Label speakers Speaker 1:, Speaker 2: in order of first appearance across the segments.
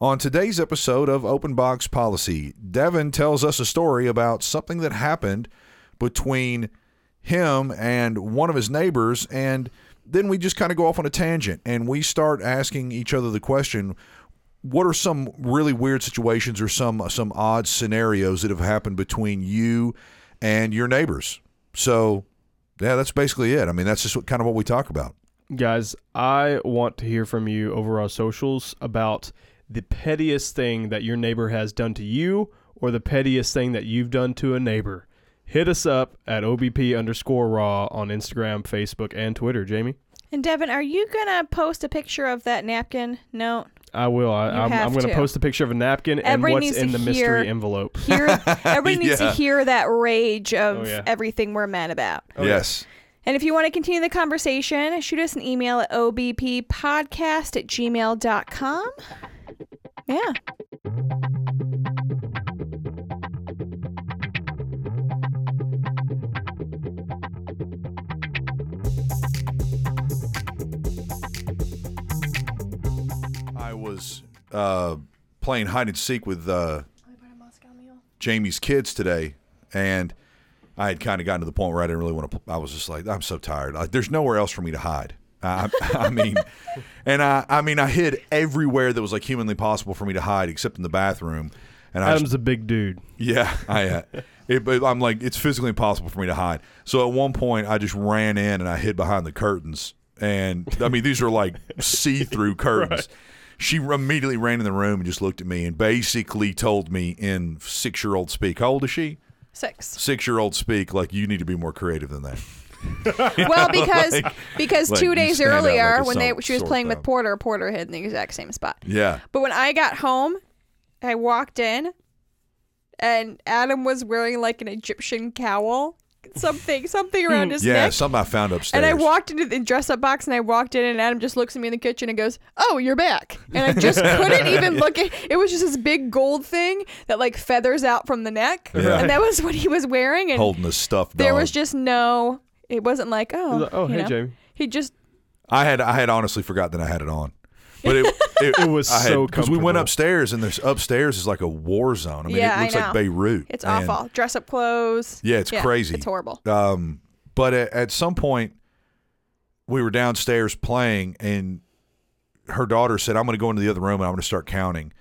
Speaker 1: On today's episode of Open Box Policy, Devin tells us a story about something that happened between him and one of his neighbors. And then we just kind of go off on a tangent and we start asking each other the question what are some really weird situations or some some odd scenarios that have happened between you and your neighbors? So, yeah, that's basically it. I mean, that's just what, kind of what we talk about.
Speaker 2: Guys, I want to hear from you over our socials about the pettiest thing that your neighbor has done to you or the pettiest thing that you've done to a neighbor. Hit us up at OBP underscore raw on Instagram, Facebook, and Twitter. Jamie,
Speaker 3: And Devin, are you gonna post a picture of that napkin? No.
Speaker 2: I will. I,
Speaker 3: You
Speaker 2: I'm,
Speaker 3: have
Speaker 2: I'm going to
Speaker 3: to.
Speaker 2: post a picture of a napkin
Speaker 3: Everybody
Speaker 2: and what's
Speaker 3: needs
Speaker 2: in
Speaker 3: to
Speaker 2: the mystery
Speaker 3: hear-
Speaker 2: envelope.
Speaker 3: Hear everybody needs
Speaker 1: Yeah.
Speaker 3: to hear that rage of
Speaker 2: Oh, yeah.
Speaker 3: everything we're mad about.
Speaker 2: Oh,
Speaker 1: yes.
Speaker 3: And if you want to continue the conversation, shoot us an email at obppodcast at gmail.com. Yeah.
Speaker 1: I was uh, playing hide and seek with uh, Jamie's kids today, and I had kind of gotten to the point where I didn't really want to. I was just like, I'm so tired. Like, there's nowhere else for me to hide. I, I mean, and I, I mean, I hid everywhere that was like humanly possible for me to hide, except in the bathroom. And I,
Speaker 2: Adam's a big dude.
Speaker 1: yeah, I, uh, it, but I'm like, it's physically impossible for me to hide. So at one point, I just ran in and I hid behind the curtains. And I mean, these are like see through curtains. She immediately ran in the room and just looked at me and basically told me in six year old speak. How old is she?
Speaker 3: Six.
Speaker 1: Six year old speak, like, you need to be more creative than that.
Speaker 3: Well, because because
Speaker 1: like you
Speaker 3: two days
Speaker 1: stand out like
Speaker 3: earlier
Speaker 1: a
Speaker 3: when they
Speaker 1: sore
Speaker 3: she was playing
Speaker 1: thumb.
Speaker 3: with Porter, Porter hid in the exact same spot.
Speaker 1: Yeah.
Speaker 3: But when I got home, I walked in, and Adam was wearing like an Egyptian cowl, something something around his
Speaker 1: Hmm. Yeah,
Speaker 3: neck.
Speaker 1: something I found upstairs.
Speaker 3: And I walked into the dress up box and I walked in and Adam just looks at me in the kitchen and goes, Oh, you're back. And I just couldn't even look at it was just this big gold thing that like feathers out from the neck.
Speaker 1: Yeah.
Speaker 3: And that was what he was wearing and
Speaker 1: holding a stuffed
Speaker 3: there
Speaker 1: dog.
Speaker 3: was just no it wasn't like,
Speaker 2: He's
Speaker 3: oh,
Speaker 2: like, oh,
Speaker 3: you
Speaker 2: hey,
Speaker 3: know.
Speaker 2: Jamie.
Speaker 3: He just
Speaker 1: I had I had honestly forgotten that I had it on, but it it,
Speaker 2: It was
Speaker 1: I had-
Speaker 2: so
Speaker 1: we went
Speaker 2: comfortable.
Speaker 1: upstairs and there's upstairs is like a war zone. I mean,
Speaker 3: Yeah,
Speaker 1: it
Speaker 3: I
Speaker 1: looks like
Speaker 3: know.
Speaker 1: Beirut.
Speaker 3: it's
Speaker 1: And,
Speaker 3: awful. Dress up clothes.
Speaker 1: Yeah, it's crazy.
Speaker 3: It's horrible.
Speaker 1: Um, but at, at some point, we were downstairs playing, and her daughter said, "I'm going to go into the other room and I'm going to start counting."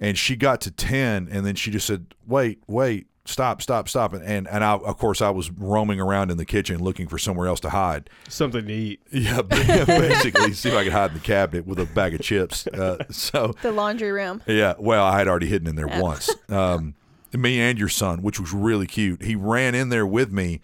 Speaker 1: And she got to ten, and then she just said, "Wait, wait." Stop! Stop! Stop! And and, and I, of course, I was roaming around in the kitchen looking for somewhere else to hide,
Speaker 2: Something to eat.
Speaker 1: yeah, ba- basically, see if I could hide in the cabinet with a bag of chips. Uh, so,
Speaker 3: The laundry room.
Speaker 1: yeah, well, I had already hidden in there once. Um, me and your son, which was really cute. He ran in there with me,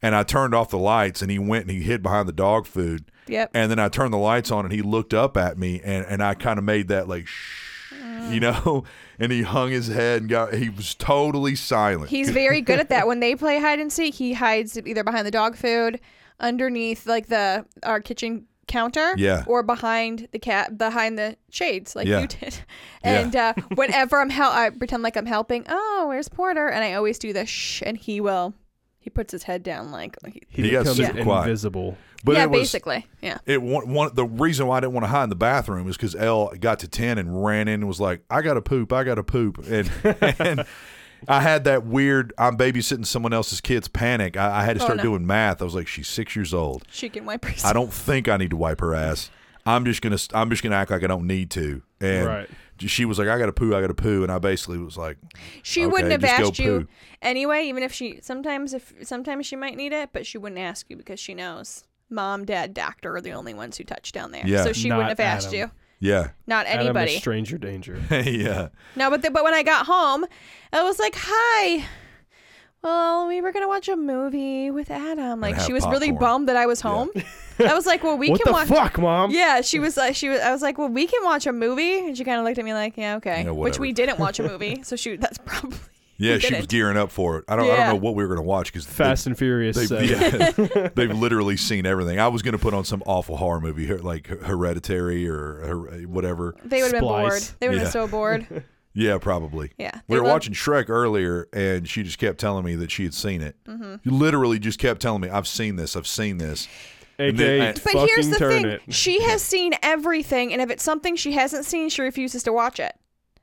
Speaker 1: and I turned off the lights, and he went and he hid behind the dog food.
Speaker 3: Yep.
Speaker 1: And then I turned the lights on, and he looked up at me, and, and I kind of made that like, shh,
Speaker 3: Mm.
Speaker 1: you know, and he hung his head and got. He was totally silent.
Speaker 3: He's very good at that. When they play hide and seek, he hides either behind the dog food, underneath like the our kitchen counter,
Speaker 1: Yeah.
Speaker 3: or behind the cat behind the shades, like
Speaker 1: Yeah.
Speaker 3: you did. And uh, whenever I'm help, I pretend like I'm helping. Oh, where's Porter? And I always do the shh, and he will. He puts his head down, like
Speaker 2: He,
Speaker 1: He got
Speaker 2: becomes
Speaker 1: super quiet.
Speaker 2: invisible.
Speaker 1: but
Speaker 3: yeah,
Speaker 1: it was,
Speaker 3: basically, yeah.
Speaker 1: it one, one the reason why I didn't want to hide in the bathroom is because L got to ten and ran in and was like, "I got to poop, I got to poop," and and I had that weird I'm babysitting someone else's kids panic. I, I had to
Speaker 3: Oh,
Speaker 1: start
Speaker 3: no.
Speaker 1: doing math. I was like, "She's six years old.
Speaker 3: She can wipe
Speaker 1: I
Speaker 3: herself.
Speaker 1: don't think I need to wipe her ass. I'm just gonna I'm just gonna act like I don't need to." And
Speaker 2: Right.
Speaker 1: she was like, "I got to poo, I got to poo," and I basically was like,
Speaker 3: She
Speaker 1: Okay,
Speaker 3: wouldn't have
Speaker 1: just go
Speaker 3: asked you
Speaker 1: poo.
Speaker 3: anyway, even if she sometimes if sometimes she might need it, but she wouldn't ask you because she knows mom, dad, doctor are the only ones who touch down there.
Speaker 1: Yeah.
Speaker 3: So she
Speaker 2: Not
Speaker 3: wouldn't have asked
Speaker 2: Adam.
Speaker 3: you.
Speaker 1: "Yeah,
Speaker 3: Not
Speaker 2: Adam is
Speaker 3: anybody.
Speaker 2: stranger danger.
Speaker 1: yeah."
Speaker 3: No, but the, but when I got home, I was like, "Hi." Well, we were gonna watch a movie with Adam. Like
Speaker 1: have
Speaker 3: she was really
Speaker 1: popcorn.
Speaker 3: bummed that I was home. I was like, "Well, we
Speaker 2: what
Speaker 3: can
Speaker 2: the
Speaker 3: watch."
Speaker 2: fuck, mom?
Speaker 3: Yeah, she was like, she was. I was like, "Well, we can watch a movie," and she kind of looked at me like, "Yeah, okay,"
Speaker 1: Yeah,
Speaker 3: which
Speaker 1: whatever.
Speaker 3: we didn't watch a movie. So she that's probably
Speaker 1: Yeah,
Speaker 3: We
Speaker 1: she
Speaker 3: did
Speaker 1: was
Speaker 3: it.
Speaker 1: gearing up for it. I don't, I
Speaker 3: Yeah.
Speaker 1: don't know what we were gonna watch because
Speaker 2: Fast and Furious.
Speaker 1: They've,
Speaker 2: seven.
Speaker 1: yeah, they've literally seen everything. I was going to put on some awful horror movie, her- like Hereditary or her- whatever.
Speaker 3: They would have been bored.
Speaker 2: Splice.
Speaker 3: They would have
Speaker 1: Yeah.
Speaker 3: been so bored.
Speaker 1: Yeah, probably.
Speaker 3: Yeah.
Speaker 1: We
Speaker 3: They
Speaker 1: were
Speaker 3: love-
Speaker 1: watching Shrek earlier, and she just kept telling me that she had seen it.
Speaker 3: Mm-hmm.
Speaker 1: She literally just kept telling me, "I've seen this. I've seen this."
Speaker 2: AKA,
Speaker 1: then-
Speaker 3: But
Speaker 2: fucking
Speaker 3: here's the
Speaker 2: turn
Speaker 3: thing.
Speaker 2: it.
Speaker 3: She has seen everything, and if it's something she hasn't seen, she refuses to watch it.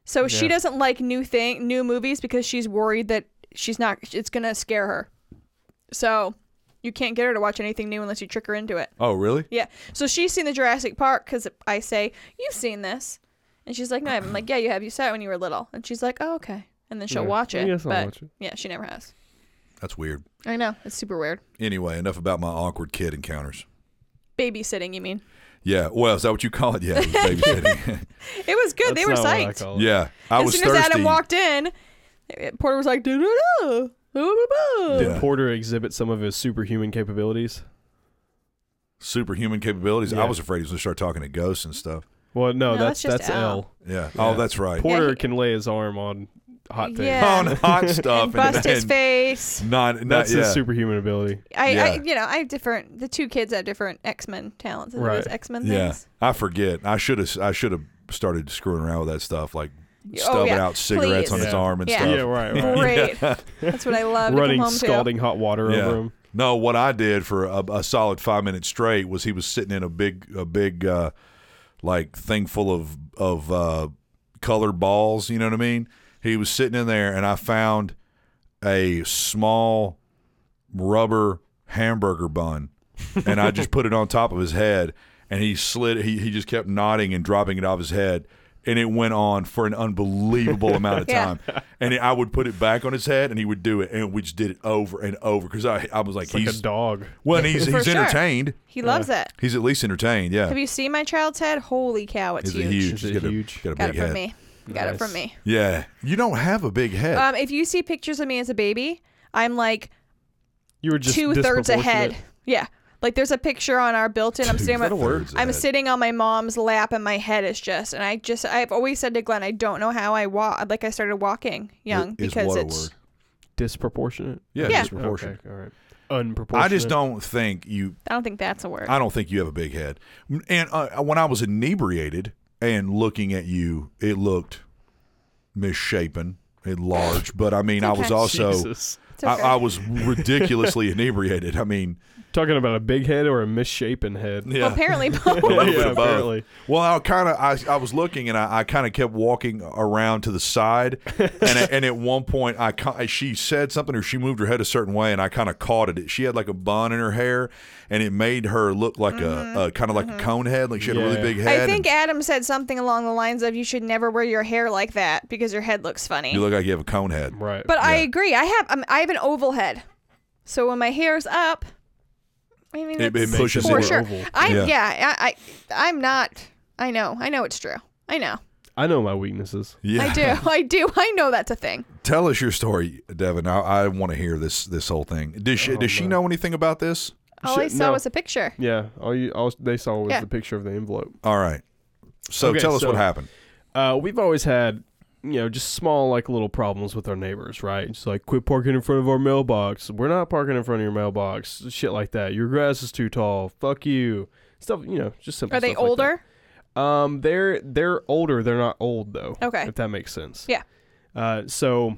Speaker 3: So she
Speaker 2: Yeah.
Speaker 3: doesn't like new thing, new movies because she's worried that she's not. It's gonna scare her. So you can't get her to watch anything new unless you trick her into it.
Speaker 1: Oh, really?
Speaker 3: Yeah. So she's seen the Jurassic Park because I say you've seen this, and she's like, "No, I haven't." I'm like, "Yeah, you have. You saw it when you were little." And she's like, "Oh, okay." And then she'll
Speaker 2: Yeah.
Speaker 3: watch it.
Speaker 2: Yes, I'll
Speaker 3: but
Speaker 2: watch it.
Speaker 3: yeah, she never has.
Speaker 1: That's weird.
Speaker 3: I know it's super weird.
Speaker 1: Anyway, enough about my awkward kid encounters.
Speaker 3: Babysitting, you mean?
Speaker 1: Yeah. Well, is that what you call it? Yeah. it was babysitting.
Speaker 3: It was good. they
Speaker 2: That's
Speaker 3: were
Speaker 2: not what I
Speaker 3: psyched.
Speaker 2: call it.
Speaker 1: yeah. I
Speaker 3: as
Speaker 1: was
Speaker 3: soon as
Speaker 1: thirsty.
Speaker 3: Adam walked in, Porter was like, "Doo-doo-doo, doo-doo-doo."
Speaker 1: Yeah.
Speaker 2: Did Porter exhibit some of his superhuman capabilities?
Speaker 1: Superhuman capabilities. I
Speaker 2: Yeah.
Speaker 1: was afraid he was going to start talking to ghosts and stuff.
Speaker 2: Well, no,
Speaker 3: No,
Speaker 2: that's
Speaker 3: that's just
Speaker 2: that's
Speaker 3: Al.
Speaker 2: L.
Speaker 1: Yeah.
Speaker 2: Yeah.
Speaker 1: Oh, that's right.
Speaker 2: Porter
Speaker 3: Yeah, he-
Speaker 2: can lay his arm on hot things.
Speaker 3: Yeah.
Speaker 1: On hot stuff.
Speaker 3: and bust his
Speaker 1: and-
Speaker 3: face.
Speaker 1: Not, not
Speaker 2: That's
Speaker 1: yeah.
Speaker 2: his superhuman ability.
Speaker 3: I, I,
Speaker 1: Yeah.
Speaker 3: you know, I have different. The two kids have different X Men talents.
Speaker 2: Right.
Speaker 3: Right. X Men
Speaker 1: yeah.
Speaker 3: things.
Speaker 1: I forget. I should have. I should have started screwing around with that stuff, like
Speaker 3: Oh,
Speaker 1: stubbing
Speaker 3: yeah.
Speaker 1: out cigarettes on
Speaker 2: Please.
Speaker 1: his
Speaker 2: Yeah.
Speaker 1: arm and
Speaker 3: Yeah.
Speaker 1: stuff.
Speaker 2: Yeah, right, right.
Speaker 3: Great. That's what I love. to
Speaker 2: Running
Speaker 3: come home
Speaker 2: scalding hot water
Speaker 1: Yeah.
Speaker 2: over him.
Speaker 1: No, what I did for a, a solid five minutes straight was he was sitting in a big, a big, uh, like thing full of of uh, colored balls. You know what I mean? He was sitting in there, and I found a small rubber hamburger bun, and I just put it on top of his head, and he slid. He he just kept nodding and dropping it off his head. And it went on for an unbelievable amount of
Speaker 3: Yeah.
Speaker 1: time, and I would put it back on his head, and he would do it, and we just did it over and over because I, I was like,
Speaker 2: It's like
Speaker 1: he's
Speaker 2: a dog.
Speaker 1: well, and he's
Speaker 3: For
Speaker 1: he's
Speaker 3: sure.
Speaker 1: entertained.
Speaker 3: Too. He loves that.
Speaker 1: He's at least entertained. Yeah,
Speaker 3: Have you seen my child's head? Holy cow, it's
Speaker 1: he's
Speaker 3: huge.
Speaker 1: a huge.
Speaker 2: Is it
Speaker 1: he's got a-
Speaker 2: huge?
Speaker 1: got a
Speaker 3: Got
Speaker 1: big
Speaker 3: it from
Speaker 1: head.
Speaker 3: me. Got it from
Speaker 2: Nice.
Speaker 3: me.
Speaker 1: Yeah, you don't have a big head.
Speaker 3: Um, if you see pictures of me as a baby, I'm like
Speaker 2: You were just
Speaker 3: two thirds ahead.
Speaker 2: disproportionate.
Speaker 3: Yeah. Like there's a picture on our built-in. I'm
Speaker 1: Two
Speaker 3: sitting. on my-
Speaker 1: thirds of
Speaker 3: I'm
Speaker 1: that.
Speaker 3: sitting on my mom's lap, and my head is just. And I just. I've always said to Glenn, I don't know how I walk. Like I started walking young
Speaker 1: Is
Speaker 3: because
Speaker 1: what a
Speaker 3: it's.
Speaker 1: word?
Speaker 2: Disproportionate.
Speaker 1: Yeah,
Speaker 3: Yeah.
Speaker 1: disproportionate.
Speaker 2: Okay, all right. Unproportionate.
Speaker 1: I just don't think you.
Speaker 3: I don't think that's a word.
Speaker 1: I don't think you have a big head. And uh, when I was inebriated and looking at you, it looked misshapen and large. But I mean, I was
Speaker 3: okay.
Speaker 1: also
Speaker 2: Jesus.
Speaker 3: It's
Speaker 1: I,
Speaker 3: okay.
Speaker 1: I was ridiculously inebriated. I mean,
Speaker 2: Talking about a big head or a misshapen head.
Speaker 1: yeah.
Speaker 3: Well, apparently both.
Speaker 1: little bit
Speaker 2: Yeah,
Speaker 1: of both.
Speaker 2: apparently.
Speaker 1: Well, I kind of I, I was looking and I, I kind of kept walking around to the side, and at- and at one point I ca- she said something or she moved her head a certain way and I kind of caught it. She had like a bun in her hair, and it made her look like a, a kind of like a cone head, like she had a really
Speaker 2: Yeah.
Speaker 1: big head.
Speaker 3: Mm-hmm. I think
Speaker 1: and
Speaker 3: Adam said something along the lines of "You should never wear your hair like that because your head looks funny."
Speaker 1: you look like you have a cone head.
Speaker 2: Right.
Speaker 3: but I agree. I have um, I have an oval head, so when my hair's up, I mean,
Speaker 1: It, it
Speaker 3: it's-
Speaker 1: pushes
Speaker 3: for
Speaker 1: it.
Speaker 3: sure.
Speaker 2: oval.
Speaker 3: I yeah,
Speaker 1: Yeah.
Speaker 3: I, I I'm not. I know. I know it's true. I know.
Speaker 2: I know my weaknesses.
Speaker 1: Yeah.
Speaker 3: I do. I do. I know that's a thing.
Speaker 1: Tell us your story, Devin. I, I want to hear this this whole thing. Does she,
Speaker 2: Oh,
Speaker 1: does she
Speaker 2: man.
Speaker 1: know anything about this?
Speaker 3: All I
Speaker 2: Shit,
Speaker 3: saw
Speaker 2: no.
Speaker 3: was a picture.
Speaker 2: Yeah. All you all they saw was
Speaker 3: Yeah.
Speaker 2: the picture of the envelope.
Speaker 1: All right. So
Speaker 2: Okay,
Speaker 1: tell us
Speaker 2: so-
Speaker 1: what happened.
Speaker 2: Uh, we've always had, you know, just small like little problems with our neighbors, right? Just like quit parking in front of our mailbox. We're not parking in front of your mailbox. Shit like that. Your grass is too tall. Fuck you. Stuff, you know, just simple.
Speaker 3: Are they
Speaker 2: stuff like that.
Speaker 3: older?
Speaker 2: Um, they're they're older. They're not old though.
Speaker 3: Okay.
Speaker 2: If that makes sense.
Speaker 3: Yeah.
Speaker 2: Uh, so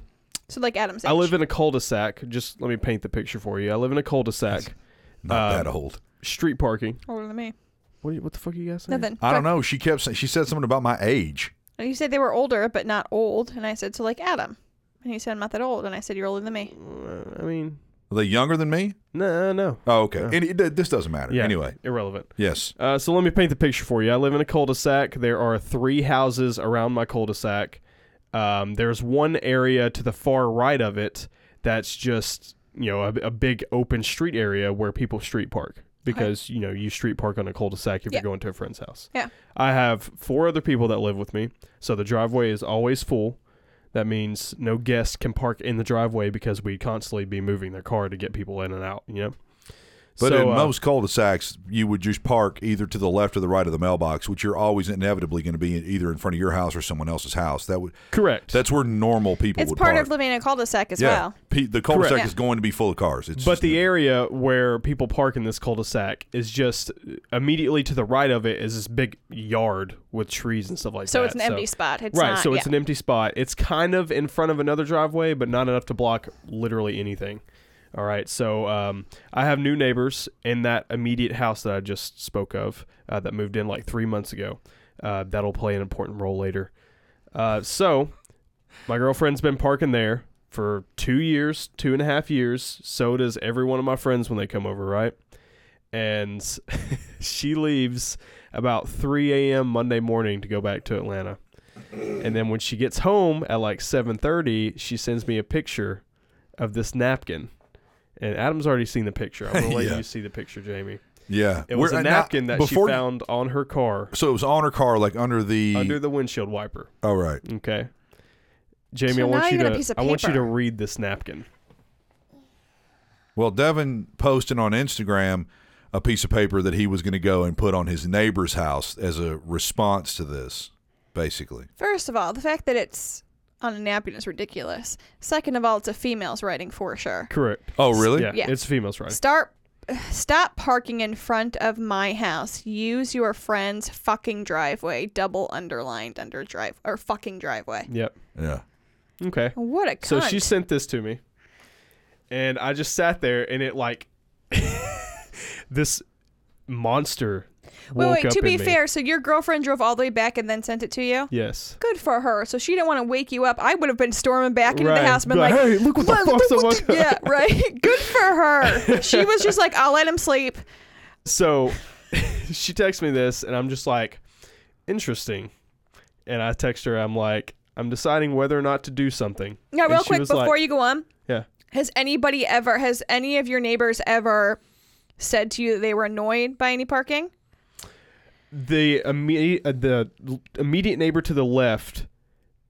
Speaker 3: so like Adam's age.
Speaker 2: I live in a cul-de-sac. Just let me paint the picture for you. I live in a cul-de-sac.
Speaker 1: Not
Speaker 2: uh,
Speaker 1: that old.
Speaker 2: Street parking.
Speaker 3: older than me.
Speaker 2: What, do you- what the fuck are you guys saying?
Speaker 3: Nothing.
Speaker 1: I don't know. She kept sa- she said something about my age.
Speaker 3: And you said they were older, but not old. And I said, so like Adam. And he said, I'm not that old. And I said, you're older than me.
Speaker 2: Uh, I mean,
Speaker 1: Are they younger than me?
Speaker 2: no, no.
Speaker 1: Oh, okay.
Speaker 2: Yeah.
Speaker 1: And it, th- this doesn't matter.
Speaker 2: Yeah.
Speaker 1: Anyway,
Speaker 2: Irrelevant.
Speaker 1: yes.
Speaker 2: Uh, so let me paint the picture for you. I live in a cul-de-sac. There are three houses around my cul-de-sac. Um, there's one area to the far right of it that's just you know a, a big open street area where people street park because you know you street park on a cul-de-sac if
Speaker 3: Yeah.
Speaker 2: you're going to a friend's house.
Speaker 3: Yeah.
Speaker 2: I have four other people that live with me, so the driveway is always full. That means no guest can park in the driveway because we constantly be moving their car to get people in and out. You know.
Speaker 1: But in
Speaker 2: So, uh,
Speaker 1: most cul-de-sacs, you would just park either to the left or the right of the mailbox, which you're always inevitably going to be either in front of your house or someone else's house. That would
Speaker 2: correct.
Speaker 1: that's where normal people
Speaker 3: it's
Speaker 1: would
Speaker 3: part
Speaker 1: park.
Speaker 3: of living in a cul-de-sac as
Speaker 1: yeah,
Speaker 3: well.
Speaker 1: Pe- the cul-de-sac
Speaker 2: Correct.
Speaker 1: is going to be full of cars. It's
Speaker 2: But
Speaker 1: just-
Speaker 2: the area where people park in this cul-de-sac is just immediately to the right of it is this big yard with trees and stuff like
Speaker 3: So
Speaker 2: that.
Speaker 3: it's an empty spot. It's
Speaker 2: right,
Speaker 3: Not,
Speaker 2: so it's
Speaker 3: yeah.
Speaker 2: an empty spot. It's kind of in front of another driveway, but not enough to block literally anything. All right, so um, I have new neighbors in that immediate house that I just spoke of uh, that moved in like three months ago. Uh, that'll play an important role later. Uh, so my girlfriend's been parking there for two years, two and a half years. So does every one of my friends when they come over, right? And she leaves about 3 a.m. Monday morning to go back to Atlanta. And then when she gets home at like 7:30, she sends me a picture of this napkin. And Adam's already seen the picture. I'm gonna let
Speaker 1: Yeah.
Speaker 2: you see the picture, Jamie.
Speaker 1: Yeah,
Speaker 2: It was
Speaker 1: We're- uh,
Speaker 2: a
Speaker 1: now,
Speaker 2: napkin that she
Speaker 1: before-
Speaker 2: found on her car
Speaker 1: So it was on her car, like under the.
Speaker 2: under the windshield wiper.
Speaker 1: all right.
Speaker 2: Okay. Jamie,
Speaker 3: So
Speaker 2: I
Speaker 3: now
Speaker 2: want you
Speaker 3: you got a
Speaker 2: to
Speaker 3: piece of
Speaker 2: I want you to
Speaker 3: paper.
Speaker 2: read this napkin.
Speaker 1: Well, Devin posted on Instagram a piece of paper that he was going to go and put on his neighbor's house as a response to this, basically.
Speaker 3: First of all, the fact that it's on a napkin is ridiculous. Second of all, it's a female's writing for sure.
Speaker 2: Correct.
Speaker 1: Oh, really?
Speaker 2: Yeah,
Speaker 3: Yeah.
Speaker 2: it's females right.
Speaker 3: Start stop parking in front of my house. Use your friend's fucking driveway. Double underlined under drive or fucking driveway.
Speaker 2: Yep.
Speaker 1: Yeah.
Speaker 2: Okay.
Speaker 3: What a cunt.
Speaker 2: So she sent this to me, and I just sat there, and it like this monster woke
Speaker 3: Wait, wait,
Speaker 2: up
Speaker 3: to be
Speaker 2: in me.
Speaker 3: fair, so your girlfriend drove all the way back and then sent it to you?
Speaker 2: Yes.
Speaker 3: Good for her. So she didn't want to wake you up. I would have been storming back into
Speaker 2: Right.
Speaker 3: the house and been
Speaker 2: Like,
Speaker 3: like,
Speaker 2: "Hey, look what the
Speaker 3: "Look,
Speaker 2: fuck's
Speaker 3: look,
Speaker 2: up."
Speaker 3: look." Yeah, right. Good for her. She was just like, I'll let him sleep.
Speaker 2: So she texts me this, and I'm just like, interesting. And I text her, I'm like, I'm deciding whether or not to do something.
Speaker 3: Now,
Speaker 2: And
Speaker 3: real
Speaker 2: she
Speaker 3: quick
Speaker 2: was
Speaker 3: before
Speaker 2: like-
Speaker 3: you go on,
Speaker 2: Yeah.
Speaker 3: has anybody ever, has any of your neighbors ever said to you that they were annoyed by any parking?
Speaker 2: Oh, the immediate uh, the l- immediate neighbor to the left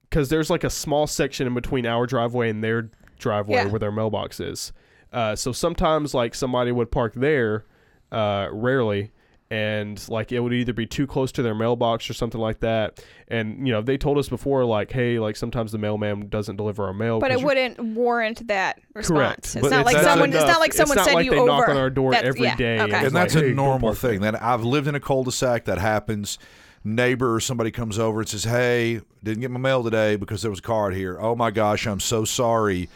Speaker 2: because there's like a small section in between our driveway and their driveway
Speaker 3: Yeah.
Speaker 2: where their mailbox is uh, so sometimes like somebody would park there uh, rarely and like it would either be too close to their mailbox or something like that and you know they told us before like hey like sometimes the mailman doesn't deliver our mail
Speaker 3: But
Speaker 2: 'cause
Speaker 3: it
Speaker 2: you-
Speaker 3: wouldn't warrant that response. It's
Speaker 2: But
Speaker 3: not
Speaker 2: it's
Speaker 3: like
Speaker 1: not
Speaker 3: someone. It's
Speaker 2: enough.
Speaker 3: not like
Speaker 2: It's
Speaker 3: someone
Speaker 2: not
Speaker 3: said
Speaker 2: like
Speaker 3: you
Speaker 2: they
Speaker 3: over.
Speaker 2: knock on our door
Speaker 3: That's-
Speaker 2: every
Speaker 3: yeah,
Speaker 2: day and
Speaker 3: okay.
Speaker 2: It's
Speaker 1: And that's
Speaker 2: like,
Speaker 1: a
Speaker 2: hey, don't
Speaker 1: normal
Speaker 2: park
Speaker 1: thing. That I've lived in a cul-de-sac that happens. Neighbor or somebody comes over and says, "Hey, didn't get my mail today because there was a card here. Oh my gosh, I'm so sorry.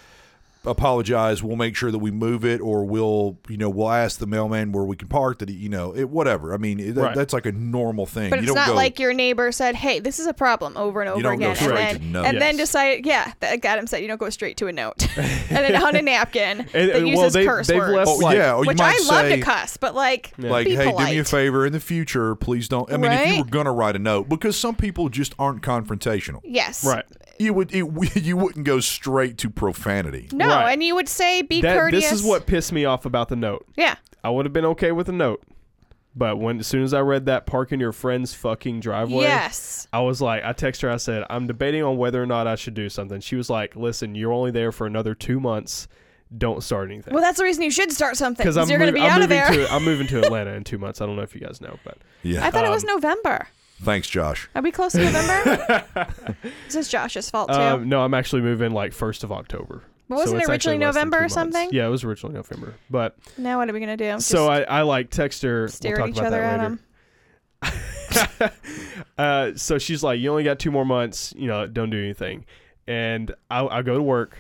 Speaker 1: Apologize. We'll make sure that we move it, or we'll, you know, we'll ask the mailman where we can park that. You know, it whatever. I mean, it, that-
Speaker 2: Right.
Speaker 1: that's like a normal thing.
Speaker 3: But
Speaker 1: you
Speaker 3: it's
Speaker 1: don't
Speaker 3: not
Speaker 1: go,
Speaker 3: like your neighbor said, "Hey, this is a problem," over and over
Speaker 1: don't go
Speaker 3: again,
Speaker 1: straight
Speaker 3: and
Speaker 1: to
Speaker 3: then
Speaker 1: no.
Speaker 3: and then
Speaker 2: Yes.
Speaker 3: decide, yeah, that got him said you don't go straight to a note, and then on a napkin
Speaker 2: And-
Speaker 3: that
Speaker 2: and-
Speaker 3: uses
Speaker 2: well, they-
Speaker 3: curse
Speaker 2: they've
Speaker 3: words,
Speaker 2: left-
Speaker 1: oh
Speaker 2: like-
Speaker 1: yeah, or you
Speaker 3: which
Speaker 1: might
Speaker 3: I love
Speaker 1: say,
Speaker 3: to cuss, but like,
Speaker 1: Like,
Speaker 3: be
Speaker 1: hey, do
Speaker 3: polite.
Speaker 1: me a favor in the future, please don't. I mean, if you
Speaker 3: Right?
Speaker 1: were gonna write a note, because some people just aren't confrontational.
Speaker 3: Yes,
Speaker 2: right
Speaker 1: You would, it, you wouldn't go straight to profanity.
Speaker 3: No,
Speaker 2: Right.
Speaker 3: and you would say, "Be
Speaker 2: that,
Speaker 3: courteous."
Speaker 2: this is what pissed me off about the note
Speaker 3: Yeah,
Speaker 2: I would have been okay with a note, but when as soon as I read that park in your friend's fucking driveway,
Speaker 3: yes.
Speaker 2: I was like, I text her, I said, I'm debating on whether or not I should do something. She was like, Listen, you're only there for another two months. Don't start anything.
Speaker 3: Well, that's the reason you should start something
Speaker 2: Because I'm,
Speaker 3: because you're going
Speaker 2: mov-
Speaker 3: to be
Speaker 2: I'm
Speaker 3: out of
Speaker 2: moving
Speaker 3: there.
Speaker 2: to I'm moving to Atlanta in two months. I don't know if you guys know, but
Speaker 1: Yeah.
Speaker 3: I thought it was
Speaker 2: Um,
Speaker 3: November.
Speaker 1: Thanks, Josh.
Speaker 3: Are we close to November? this is Josh's fault too.
Speaker 2: um, no, I'm actually moving like first of October.
Speaker 3: But wasn't it
Speaker 2: it's actually
Speaker 3: originally
Speaker 2: less than
Speaker 3: November
Speaker 2: two
Speaker 3: or
Speaker 2: months.
Speaker 3: something?
Speaker 2: Yeah, it was originally November. But
Speaker 3: now what are we going to do? Just
Speaker 2: so I, I like text her.
Speaker 3: stare
Speaker 2: we'll
Speaker 3: at
Speaker 2: talk
Speaker 3: each
Speaker 2: about
Speaker 3: other
Speaker 2: that
Speaker 3: at
Speaker 2: later.
Speaker 3: him.
Speaker 2: uh, so she's like, "You only got two more months. You know, don't do anything." And I, I go to work,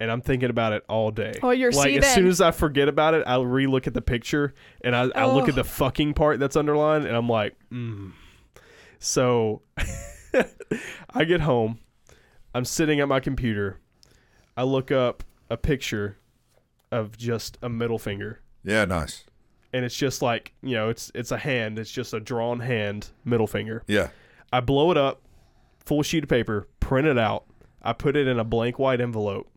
Speaker 2: and I'm thinking about it all day.
Speaker 3: Well, you're-
Speaker 2: like
Speaker 3: see
Speaker 2: as
Speaker 3: then-
Speaker 2: soon as I forget about it, I relook at the picture and I, I look
Speaker 3: Ugh.
Speaker 2: at the fucking part that's underlined, and I'm like, mm. so I get home, I'm sitting at my computer, I look up a picture of just a middle finger
Speaker 1: Yeah, nice.
Speaker 2: and it's just like you know it's it's a hand it's just a drawn hand middle finger
Speaker 1: Yeah.
Speaker 2: i blow it up full sheet of paper print it out i put it in a blank white envelope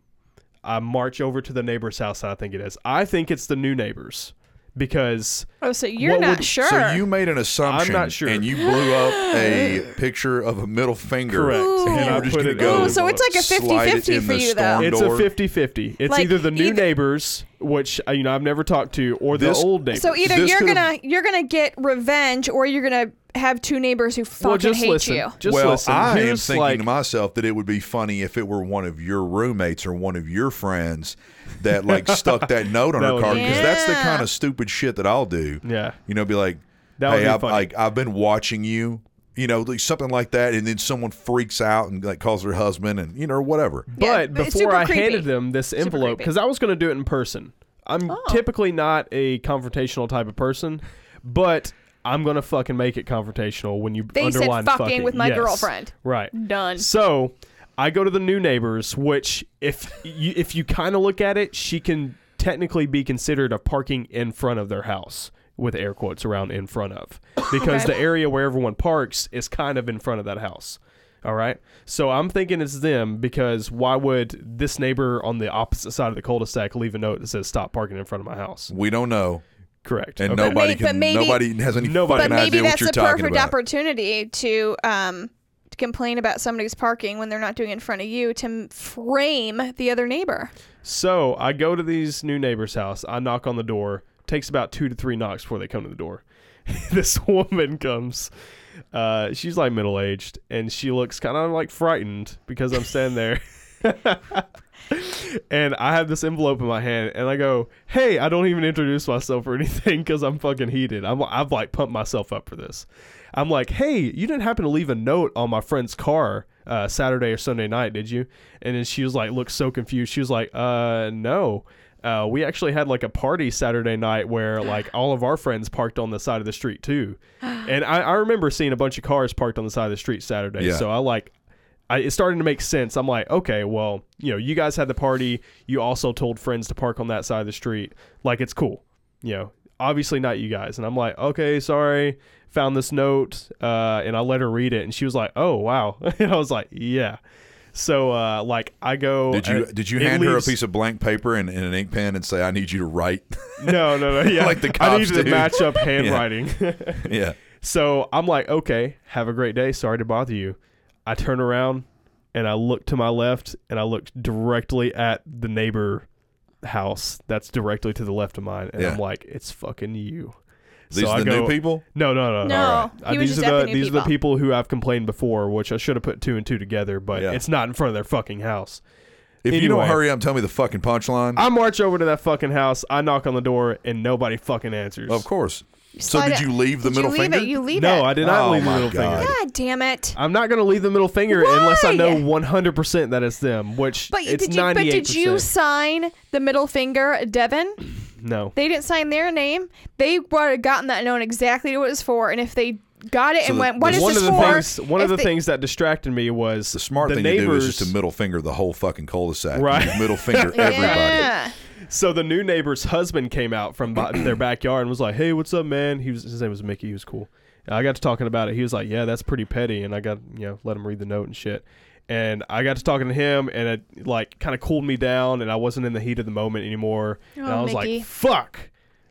Speaker 2: i march over to the neighbor's house that i think it is i think it's the new neighbors because
Speaker 3: Oh, so you're
Speaker 2: What
Speaker 3: not
Speaker 2: would-
Speaker 3: sure.
Speaker 1: So you made an assumption.
Speaker 2: I'm not sure.
Speaker 1: And you blew up a picture of a middle finger.
Speaker 2: correct
Speaker 3: Ooh.
Speaker 2: and
Speaker 1: You
Speaker 2: i
Speaker 1: were just
Speaker 2: put
Speaker 1: gonna
Speaker 2: it
Speaker 1: go-
Speaker 2: in
Speaker 3: Ooh, so it's like a
Speaker 1: Slide it
Speaker 3: 50-50
Speaker 1: in
Speaker 3: for
Speaker 1: the
Speaker 3: you though.
Speaker 1: storm.
Speaker 2: it's
Speaker 1: door.
Speaker 2: a 50-50 it's
Speaker 3: Like,
Speaker 2: either the new
Speaker 3: either-
Speaker 2: neighbors which uh, you know i've never talked to or
Speaker 1: This-
Speaker 2: the old neighbors
Speaker 3: So either
Speaker 1: This
Speaker 3: you're
Speaker 1: could've-
Speaker 3: gonna you're gonna get revenge, or you're gonna have two neighbors who fucking
Speaker 2: well just
Speaker 3: hate
Speaker 2: listen
Speaker 3: you.
Speaker 2: just
Speaker 1: well,
Speaker 2: listen
Speaker 1: I am
Speaker 2: Here's
Speaker 1: thinking
Speaker 2: like,
Speaker 1: to myself that it would be funny if it were one of your roommates or one of your friends that like stuck that note on
Speaker 2: That
Speaker 1: her
Speaker 2: would
Speaker 1: card
Speaker 2: be
Speaker 1: because that's the
Speaker 3: Yeah.
Speaker 1: kind of stupid shit that I'll do.
Speaker 2: yeah
Speaker 1: You know, be like,
Speaker 2: That would
Speaker 1: "Hey,
Speaker 2: be
Speaker 1: I've,
Speaker 2: funny.
Speaker 1: like I've been watching you." You know, like something like that, and then someone freaks out and like calls her husband, and you know, or whatever.
Speaker 3: Yeah,
Speaker 2: But
Speaker 3: but it's
Speaker 2: before
Speaker 3: super
Speaker 2: I
Speaker 3: creepy.
Speaker 2: handed them this envelope,
Speaker 3: creepy. Oh.
Speaker 2: because I was going to do it in person, I'm typically not a confrontational type of person, but I'm gonna fucking make it confrontational when you
Speaker 3: They said
Speaker 2: underline
Speaker 3: fucking, with my
Speaker 2: Yes.
Speaker 3: girlfriend.
Speaker 2: Right.
Speaker 3: Done.
Speaker 2: So I go to the new neighbors, which if you if you kind of look at it, she can technically be considered a parking in front of their house with air quotes around in front of because
Speaker 3: Okay.
Speaker 2: the area where everyone parks is kind of in front of that house. All right. So I'm thinking it's them because why would this neighbor on the opposite side of the cul-de-sac leave a note that says stop parking in front of my house?
Speaker 1: We don't know,
Speaker 2: Correct.
Speaker 1: and
Speaker 2: Okay.
Speaker 1: nobody
Speaker 3: may-
Speaker 1: can.
Speaker 3: but maybe-
Speaker 1: nobody has any
Speaker 2: Nobody.
Speaker 1: fucking
Speaker 3: but maybe
Speaker 1: idea what
Speaker 3: that's
Speaker 1: you're
Speaker 3: the
Speaker 1: talking
Speaker 3: perfect
Speaker 1: about.
Speaker 3: opportunity to um to complain about somebody's parking when they're not doing it in front of you to m- frame the other neighbor.
Speaker 2: So I go to these new neighbor's house. I knock on the door. Takes about two to three knocks before they come to the door. this woman comes. Uh, she's like middle aged, and she looks kind of like frightened because I'm standing there. and I have this envelope in my hand, and I go, "Hey, I don't even introduce myself or anything because I'm fucking heated. I'm I've like pumped myself up for this. I'm like, hey, you didn't happen to leave a note on my friend's car uh, Saturday or Sunday night, did you? And then she was like, looked so confused. She was like, uh, no." Uh, we actually had like a party Saturday night where like all of our friends parked on the side of the street too, and I, I remember seeing a bunch of cars parked on the side of the street Saturday.
Speaker 1: Yeah.
Speaker 2: So I like I, it's starting to make sense. I'm like, okay, well, you know, you guys had the party. You also told friends to park on that side of the street. Like, it's cool. You know, obviously not you guys. And I'm like, okay, sorry. Found this note, uh, and I let her read it, and she was like, oh wow. and I was like, yeah. So, uh, like, I go.
Speaker 1: Did you
Speaker 2: uh,
Speaker 1: did you
Speaker 2: it
Speaker 1: hand her a
Speaker 2: leaves-
Speaker 1: piece of blank paper and, and an ink pen and say, "I need you to write"?
Speaker 2: No, no, no. Yeah,
Speaker 1: Like the
Speaker 2: I
Speaker 1: cops
Speaker 2: needed to
Speaker 1: do.
Speaker 2: match up handwriting.
Speaker 1: yeah.
Speaker 2: So I'm like, okay, have a great day. Sorry to bother you. I turn around and I look to my left and I look directly at the neighbor house that's directly to the left of mine. And
Speaker 1: Yeah.
Speaker 2: I'm like, it's fucking you.
Speaker 1: These
Speaker 2: so
Speaker 1: are
Speaker 2: I
Speaker 1: the
Speaker 2: go,
Speaker 1: new people.
Speaker 2: No, no, no.
Speaker 3: No,
Speaker 1: all right.
Speaker 2: Uh,
Speaker 3: he was
Speaker 2: these
Speaker 3: just
Speaker 2: are the
Speaker 3: effing new
Speaker 2: these are the
Speaker 3: people.
Speaker 2: people who I've complained before, which I should have put two and two together, but
Speaker 1: Yeah.
Speaker 2: it's not in front of their fucking house.
Speaker 1: If you don't
Speaker 2: Anyway.
Speaker 1: hurry up, and tell me the fucking punchline.
Speaker 2: I march over to that fucking house. I knock on the door, and nobody fucking answers.
Speaker 1: Of course. So
Speaker 3: slide
Speaker 1: did
Speaker 3: it-
Speaker 1: you leave the
Speaker 3: Did
Speaker 1: middle
Speaker 3: you leave
Speaker 1: finger?
Speaker 3: It, you leave
Speaker 2: no,
Speaker 3: it.
Speaker 2: I did not
Speaker 1: Oh
Speaker 2: leave the
Speaker 1: my
Speaker 2: middle
Speaker 1: God.
Speaker 2: finger.
Speaker 3: God damn it.
Speaker 2: I'm not gonna leave the middle finger unless I know
Speaker 3: Why?
Speaker 2: 100 percent that it's them, which
Speaker 3: But
Speaker 2: it's
Speaker 3: did you,
Speaker 2: 98%.
Speaker 3: but did you sign the middle finger, Devin?
Speaker 2: No.
Speaker 3: They didn't sign their name. They would have gotten that known exactly what it was for, and if they got it
Speaker 1: So
Speaker 3: and
Speaker 1: the-
Speaker 3: went, "What
Speaker 1: the-
Speaker 3: is
Speaker 2: one
Speaker 3: this
Speaker 2: of the
Speaker 3: for?"
Speaker 2: things, one of
Speaker 3: If
Speaker 2: the
Speaker 3: they-
Speaker 2: things that distracted me was
Speaker 1: the smart
Speaker 2: the
Speaker 1: thing
Speaker 2: neighbors,
Speaker 1: to do is just to middle finger the whole fucking cul-de-sac. You
Speaker 2: Right.
Speaker 1: Middle finger everybody.
Speaker 3: Yeah.
Speaker 2: So the new neighbor's husband came out from by, their backyard and was like, "Hey, what's up, man?" He was his name was Mickey. He was cool. And I got to talking about it. He was like, "Yeah, that's pretty petty," and I got you know let him read the note and shit. And I got to talking to him, and it like kind of cooled me down, and I wasn't in the heat of the moment anymore. and
Speaker 3: Oh,
Speaker 2: I was
Speaker 3: Mickey.
Speaker 2: like, "Fuck!"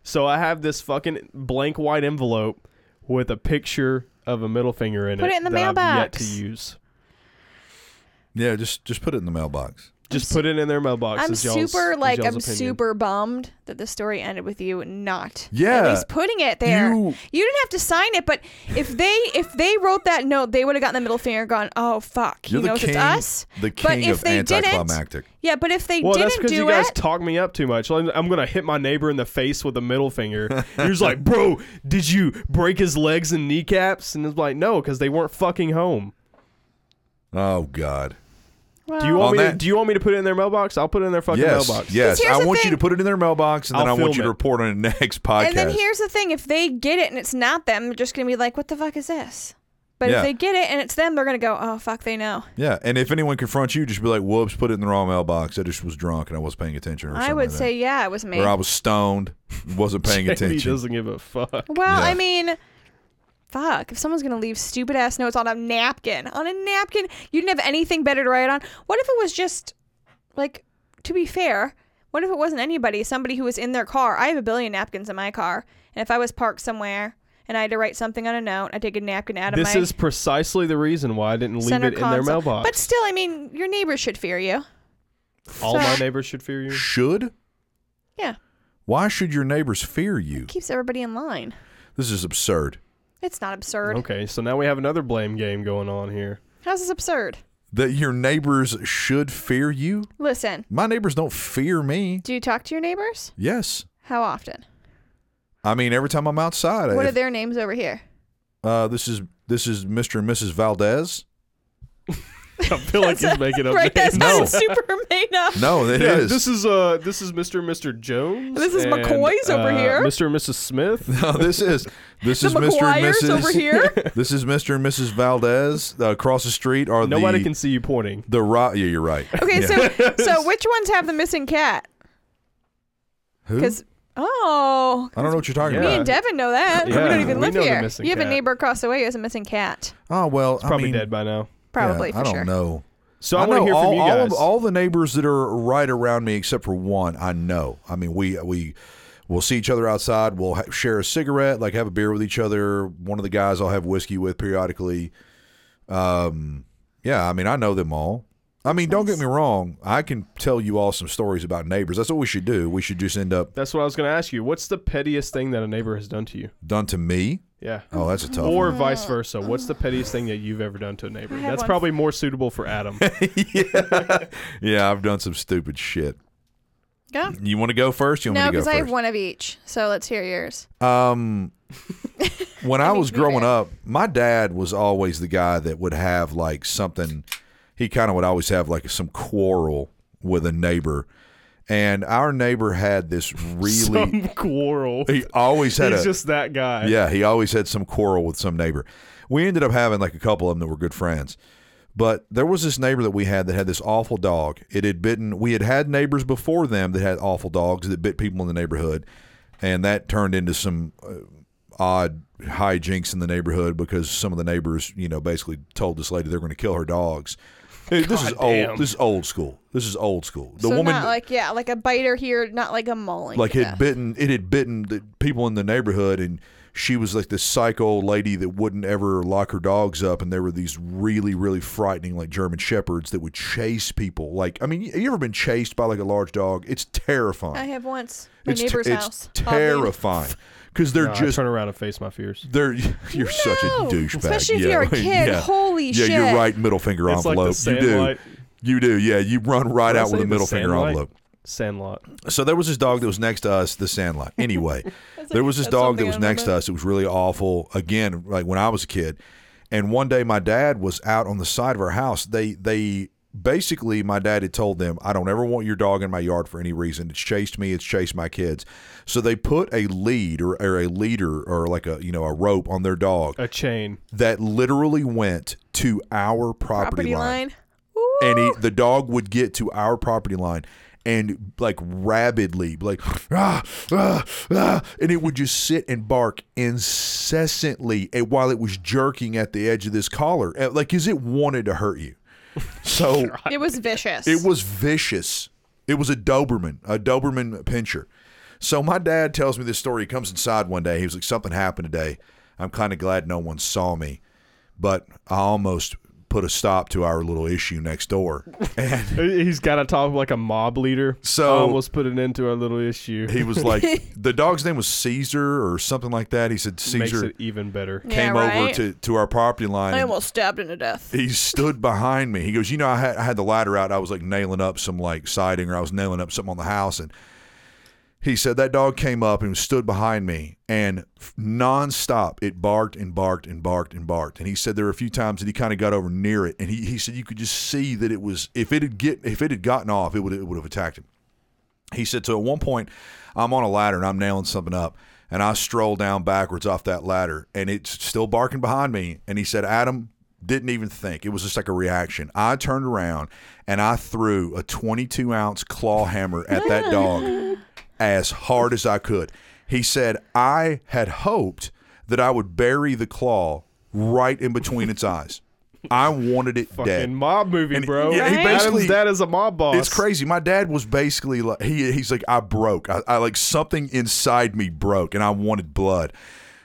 Speaker 2: So I have this fucking blank white envelope with a picture of a middle finger in
Speaker 3: Put
Speaker 2: it.
Speaker 3: it in the
Speaker 2: that I've yet to
Speaker 3: mailbox.
Speaker 2: use.
Speaker 1: Yeah. just just put it in the mailbox.
Speaker 2: Just put it in their mailbox.
Speaker 3: I'm
Speaker 2: is y'all's-
Speaker 3: super
Speaker 2: is
Speaker 3: like
Speaker 2: y'all's
Speaker 3: I'm
Speaker 2: opinion.
Speaker 3: super bummed that the story ended with you not
Speaker 1: Yeah.
Speaker 3: at least putting it there.
Speaker 1: You-
Speaker 3: You, didn't have to sign it, but if they if they wrote that note, they would have gotten the middle finger, gone, oh fuck,
Speaker 1: You're
Speaker 3: he
Speaker 1: the
Speaker 3: knows
Speaker 1: king.
Speaker 3: it's us.
Speaker 1: The
Speaker 3: But
Speaker 1: king
Speaker 3: if
Speaker 1: of
Speaker 3: they didn't-
Speaker 1: anticlimactic.
Speaker 3: Yeah, but if they
Speaker 2: Well, that's
Speaker 3: didn't
Speaker 2: because you
Speaker 3: do
Speaker 2: guys
Speaker 3: it,
Speaker 2: talk me up too much. I'm, I'm gonna hit my neighbor in the face with a middle finger. You're just like, bro, did you break his legs and kneecaps? And it's like, no, because they weren't fucking home.
Speaker 1: Oh God.
Speaker 2: Do
Speaker 3: Oh.
Speaker 2: you want
Speaker 1: On
Speaker 2: me? To,
Speaker 1: that-
Speaker 2: do you want me to put it in their mailbox? I'll put it in their fucking
Speaker 1: Yes.
Speaker 2: mailbox.
Speaker 1: Yes.
Speaker 3: here's
Speaker 1: I
Speaker 3: the
Speaker 1: want you
Speaker 3: thing-
Speaker 1: to put it in their mailbox, and then
Speaker 2: I'll
Speaker 1: I want
Speaker 2: film
Speaker 1: you to
Speaker 2: it.
Speaker 1: report on the next podcast.
Speaker 3: and then here's the thing: if they get it and it's not them, they're just gonna be like, what the fuck is this? But
Speaker 1: Yeah.
Speaker 3: if they get it and it's them, they're gonna go, oh fuck, they know.
Speaker 1: yeah. And if anyone confronts you, just be like, "Whoops, put it in the wrong mailbox. I just was drunk and I was not paying attention." Or
Speaker 3: I
Speaker 1: something
Speaker 3: would
Speaker 1: like
Speaker 3: say, yeah, it was
Speaker 1: that.
Speaker 3: me.
Speaker 1: or I was stoned, wasn't paying
Speaker 2: He
Speaker 1: attention.
Speaker 2: doesn't give a fuck.
Speaker 3: Well,
Speaker 1: Yeah.
Speaker 3: I mean, fuck. If someone's gonna leave stupid ass notes on a napkin, on a napkin, you didn't have anything better to write on. What if it was just, like, to be fair, what if it wasn't anybody? Somebody who was in their car. I have a billion napkins in my car, and if I was parked somewhere and I had to write something on a note, I take a napkin out of
Speaker 2: This
Speaker 3: my
Speaker 2: is precisely the reason why I didn't leave
Speaker 3: center
Speaker 2: it in
Speaker 3: console.
Speaker 2: their mailbox.
Speaker 3: But still, I mean, your neighbors should fear you.
Speaker 2: All my
Speaker 3: so-
Speaker 2: neighbors should fear you.
Speaker 1: Should?
Speaker 3: Yeah,
Speaker 1: Why should your neighbors fear you?
Speaker 3: keeps everybody in line.
Speaker 1: This is absurd.
Speaker 3: It's not absurd.
Speaker 2: Okay, so now we have another blame game going on here.
Speaker 3: How's this absurd?
Speaker 1: That your neighbors should fear you?
Speaker 3: Listen,
Speaker 1: My neighbors don't fear me.
Speaker 3: do you talk to your neighbors?
Speaker 1: Yes.
Speaker 3: How often?
Speaker 1: I mean, every time I'm outside,
Speaker 3: What
Speaker 1: I,
Speaker 3: are their names over here?
Speaker 1: uh, this is this is Mr. and Mrs. Valdez.
Speaker 2: I feel like he's making up
Speaker 3: right, that's
Speaker 2: names.
Speaker 1: No.
Speaker 3: not super made up.
Speaker 1: No, it is.
Speaker 2: Yeah, This is uh, this is Mr. and Mr. Jones.
Speaker 3: This is
Speaker 2: and,
Speaker 3: McCoy's over
Speaker 2: uh,
Speaker 3: here.
Speaker 2: Mr. and Mrs. Smith.
Speaker 1: No, this is this
Speaker 3: The
Speaker 1: is Mr. and
Speaker 3: McGuire's
Speaker 1: Mrs.
Speaker 3: over here.
Speaker 1: This is Mr. and Mrs. Valdez. Uh, across the street are
Speaker 2: Nobody
Speaker 1: the
Speaker 2: can see you pointing.
Speaker 1: the ro- Yeah, you're right.
Speaker 3: Okay,
Speaker 1: Yeah.
Speaker 3: so so which ones have the missing cat?
Speaker 1: Who?
Speaker 3: Because oh,
Speaker 1: I don't know what you're talking
Speaker 2: Yeah.
Speaker 3: me
Speaker 1: about.
Speaker 3: and Devin know that.
Speaker 2: Yeah,
Speaker 3: we don't even
Speaker 2: we
Speaker 3: live
Speaker 2: know the
Speaker 3: here.
Speaker 2: missing
Speaker 3: You have
Speaker 2: cat.
Speaker 3: a neighbor across the way who has a missing cat.
Speaker 1: Oh well, I
Speaker 2: Probably
Speaker 1: mean,
Speaker 2: dead by now.
Speaker 1: yeah,
Speaker 3: Probably for
Speaker 1: I don't
Speaker 3: sure.
Speaker 1: know.
Speaker 2: So I,
Speaker 1: I know
Speaker 2: want to hear
Speaker 1: all,
Speaker 2: from you
Speaker 1: all of-
Speaker 2: guys.
Speaker 1: all the neighbors that are right around me, except for one. I know. I mean, we we will see each other outside. We'll ha- share a cigarette, like have a beer with each other. One of the guys I'll have whiskey with periodically. Um, yeah, I mean, I know them all. I mean, don't get me wrong. I can tell you all some stories about neighbors. That's what we should do. We should just end up
Speaker 2: That's what I was going to ask you. What's the pettiest thing that a neighbor has done to you?
Speaker 1: done to me.
Speaker 2: Yeah.
Speaker 1: Oh, that's a tough one.
Speaker 2: Or vice versa. What's the pettiest thing that you've ever done to a neighbor?
Speaker 3: Uh, I have
Speaker 2: That's
Speaker 3: one.
Speaker 2: probably more suitable for Adam.
Speaker 1: yeah. yeah, I've done some stupid shit.
Speaker 3: Yeah.
Speaker 1: You want to go first? You want me
Speaker 3: No,
Speaker 1: to go
Speaker 3: because
Speaker 1: first?
Speaker 3: I have one of each. So let's hear yours.
Speaker 1: Um, when I
Speaker 3: mean,
Speaker 1: was
Speaker 3: be fair.
Speaker 1: growing up, my dad was always the guy that would have like something. He kind of would always have like some quarrel with a neighbor, and our neighbor had this really.
Speaker 2: Some quarrel.
Speaker 1: he always had
Speaker 2: He's
Speaker 1: a
Speaker 2: just that guy.
Speaker 1: yeah. He always had some quarrel with some neighbor. We ended up having like a couple of them that were good friends. But there was this neighbor that we had that had this awful dog. It had bitten. We had had neighbors before them that had awful dogs that bit people in the neighborhood, and that turned into some uh, odd hijinks in the neighborhood because some of the neighbors, you know, basically told this lady they're going to kill her dogs. Hey, this is
Speaker 2: God
Speaker 1: old.
Speaker 2: damn.
Speaker 1: This is old school. This is old school. The
Speaker 3: so
Speaker 1: woman
Speaker 3: not like yeah, like a biter here, not like a mauling.
Speaker 1: like
Speaker 3: to
Speaker 1: had
Speaker 3: death.
Speaker 1: bitten it had bitten the people in the neighborhood and she was like this psycho old lady that wouldn't ever lock her dogs up and there were these really really frightening like german shepherds that would chase people like i mean you you ever been chased by like a large dog it's terrifying
Speaker 3: I have once. My
Speaker 1: it's, te-
Speaker 3: neighbor's
Speaker 1: it's
Speaker 3: house. Oddly.
Speaker 1: terrifying because they're
Speaker 2: No, Oh, I
Speaker 1: just
Speaker 2: turn around and face my fears.
Speaker 1: they're you're such a
Speaker 3: No,
Speaker 1: douchebag
Speaker 3: Especially if
Speaker 1: yeah,
Speaker 3: you're a kid.
Speaker 1: yeah.
Speaker 3: Holy
Speaker 1: yeah,
Speaker 3: shit.
Speaker 1: you're right. Middle finger
Speaker 2: It's like the
Speaker 1: envelope. you do.
Speaker 2: Sandlot.
Speaker 1: You do. Yeah, you run right
Speaker 2: Did I
Speaker 1: out with
Speaker 2: say
Speaker 1: a
Speaker 2: the
Speaker 1: middle finger
Speaker 2: Sandlot?
Speaker 1: envelope.
Speaker 2: Sandlot.
Speaker 1: So there was this dog that was next to us, the Sandlot. Anyway, there was this
Speaker 3: that's
Speaker 1: dog that
Speaker 3: something
Speaker 1: was
Speaker 3: I
Speaker 1: next to
Speaker 3: remember.
Speaker 1: us. It was really awful. Again, like when I was a kid, and one day my dad was out on the side of our house. They they basically my dad had told them, "I don't ever want your dog in my yard for any reason. It's chased me. It's chased my kids." So they put a lead or, or a leader or like a you know a rope on their dog
Speaker 2: A chain.
Speaker 1: that literally went to our property,
Speaker 3: Property
Speaker 1: line
Speaker 3: line. Ooh.
Speaker 1: and he, the dog would get to our property line and like rabidly like ah, ah, ah, and it would just sit and bark incessantly and while it was jerking at the edge of this collar uh, like because it wanted to hurt you so
Speaker 3: It was vicious.
Speaker 1: it was vicious. It was a Doberman, a Doberman pincher. So my dad tells me this story. He comes inside one day. He was like, "Something happened today. I'm kind of glad no one saw me, but I almost put a stop to our little issue next door." And
Speaker 2: He's got to talk like a mob leader.
Speaker 1: So-
Speaker 2: I almost put an end to our little issue.
Speaker 1: he was like, "The dog's name was Caesar or something like that." He said
Speaker 2: Makes
Speaker 1: Caesar
Speaker 2: it even better.
Speaker 3: Yeah,
Speaker 1: came over
Speaker 3: right?
Speaker 1: to to our property line.
Speaker 3: I
Speaker 1: and
Speaker 3: almost stabbed him to death.
Speaker 1: he stood behind me. He goes, you know, I had, I had the ladder out. I was like nailing up some like siding, or I was nailing up something on the house, and he said that dog came up and stood behind me, and f- nonstop it barked and barked and barked and barked. And he said there were a few times that he kind of got over near it, and he, he said you could just see that it was if it had get if it had gotten off, it would it would have attacked him. He said, so at one point, I'm on a ladder and I'm nailing something up. And I stroll down backwards off that ladder and it's still barking behind me. And he said, Adam didn't even think. It was just like a reaction. I turned around and I threw a 22 ounce claw hammer at that dog as hard as I could. He said, I had hoped that I would bury the claw right in between its eyes. I wanted it
Speaker 2: Fucking
Speaker 1: dead.
Speaker 2: mob movie,
Speaker 1: And-
Speaker 2: bro.
Speaker 1: yeah,
Speaker 3: he
Speaker 1: basically-
Speaker 2: Adam's dad is a mob boss.
Speaker 1: It's crazy. My dad was basically like he he's like I broke. I, I like something inside me broke and I wanted blood.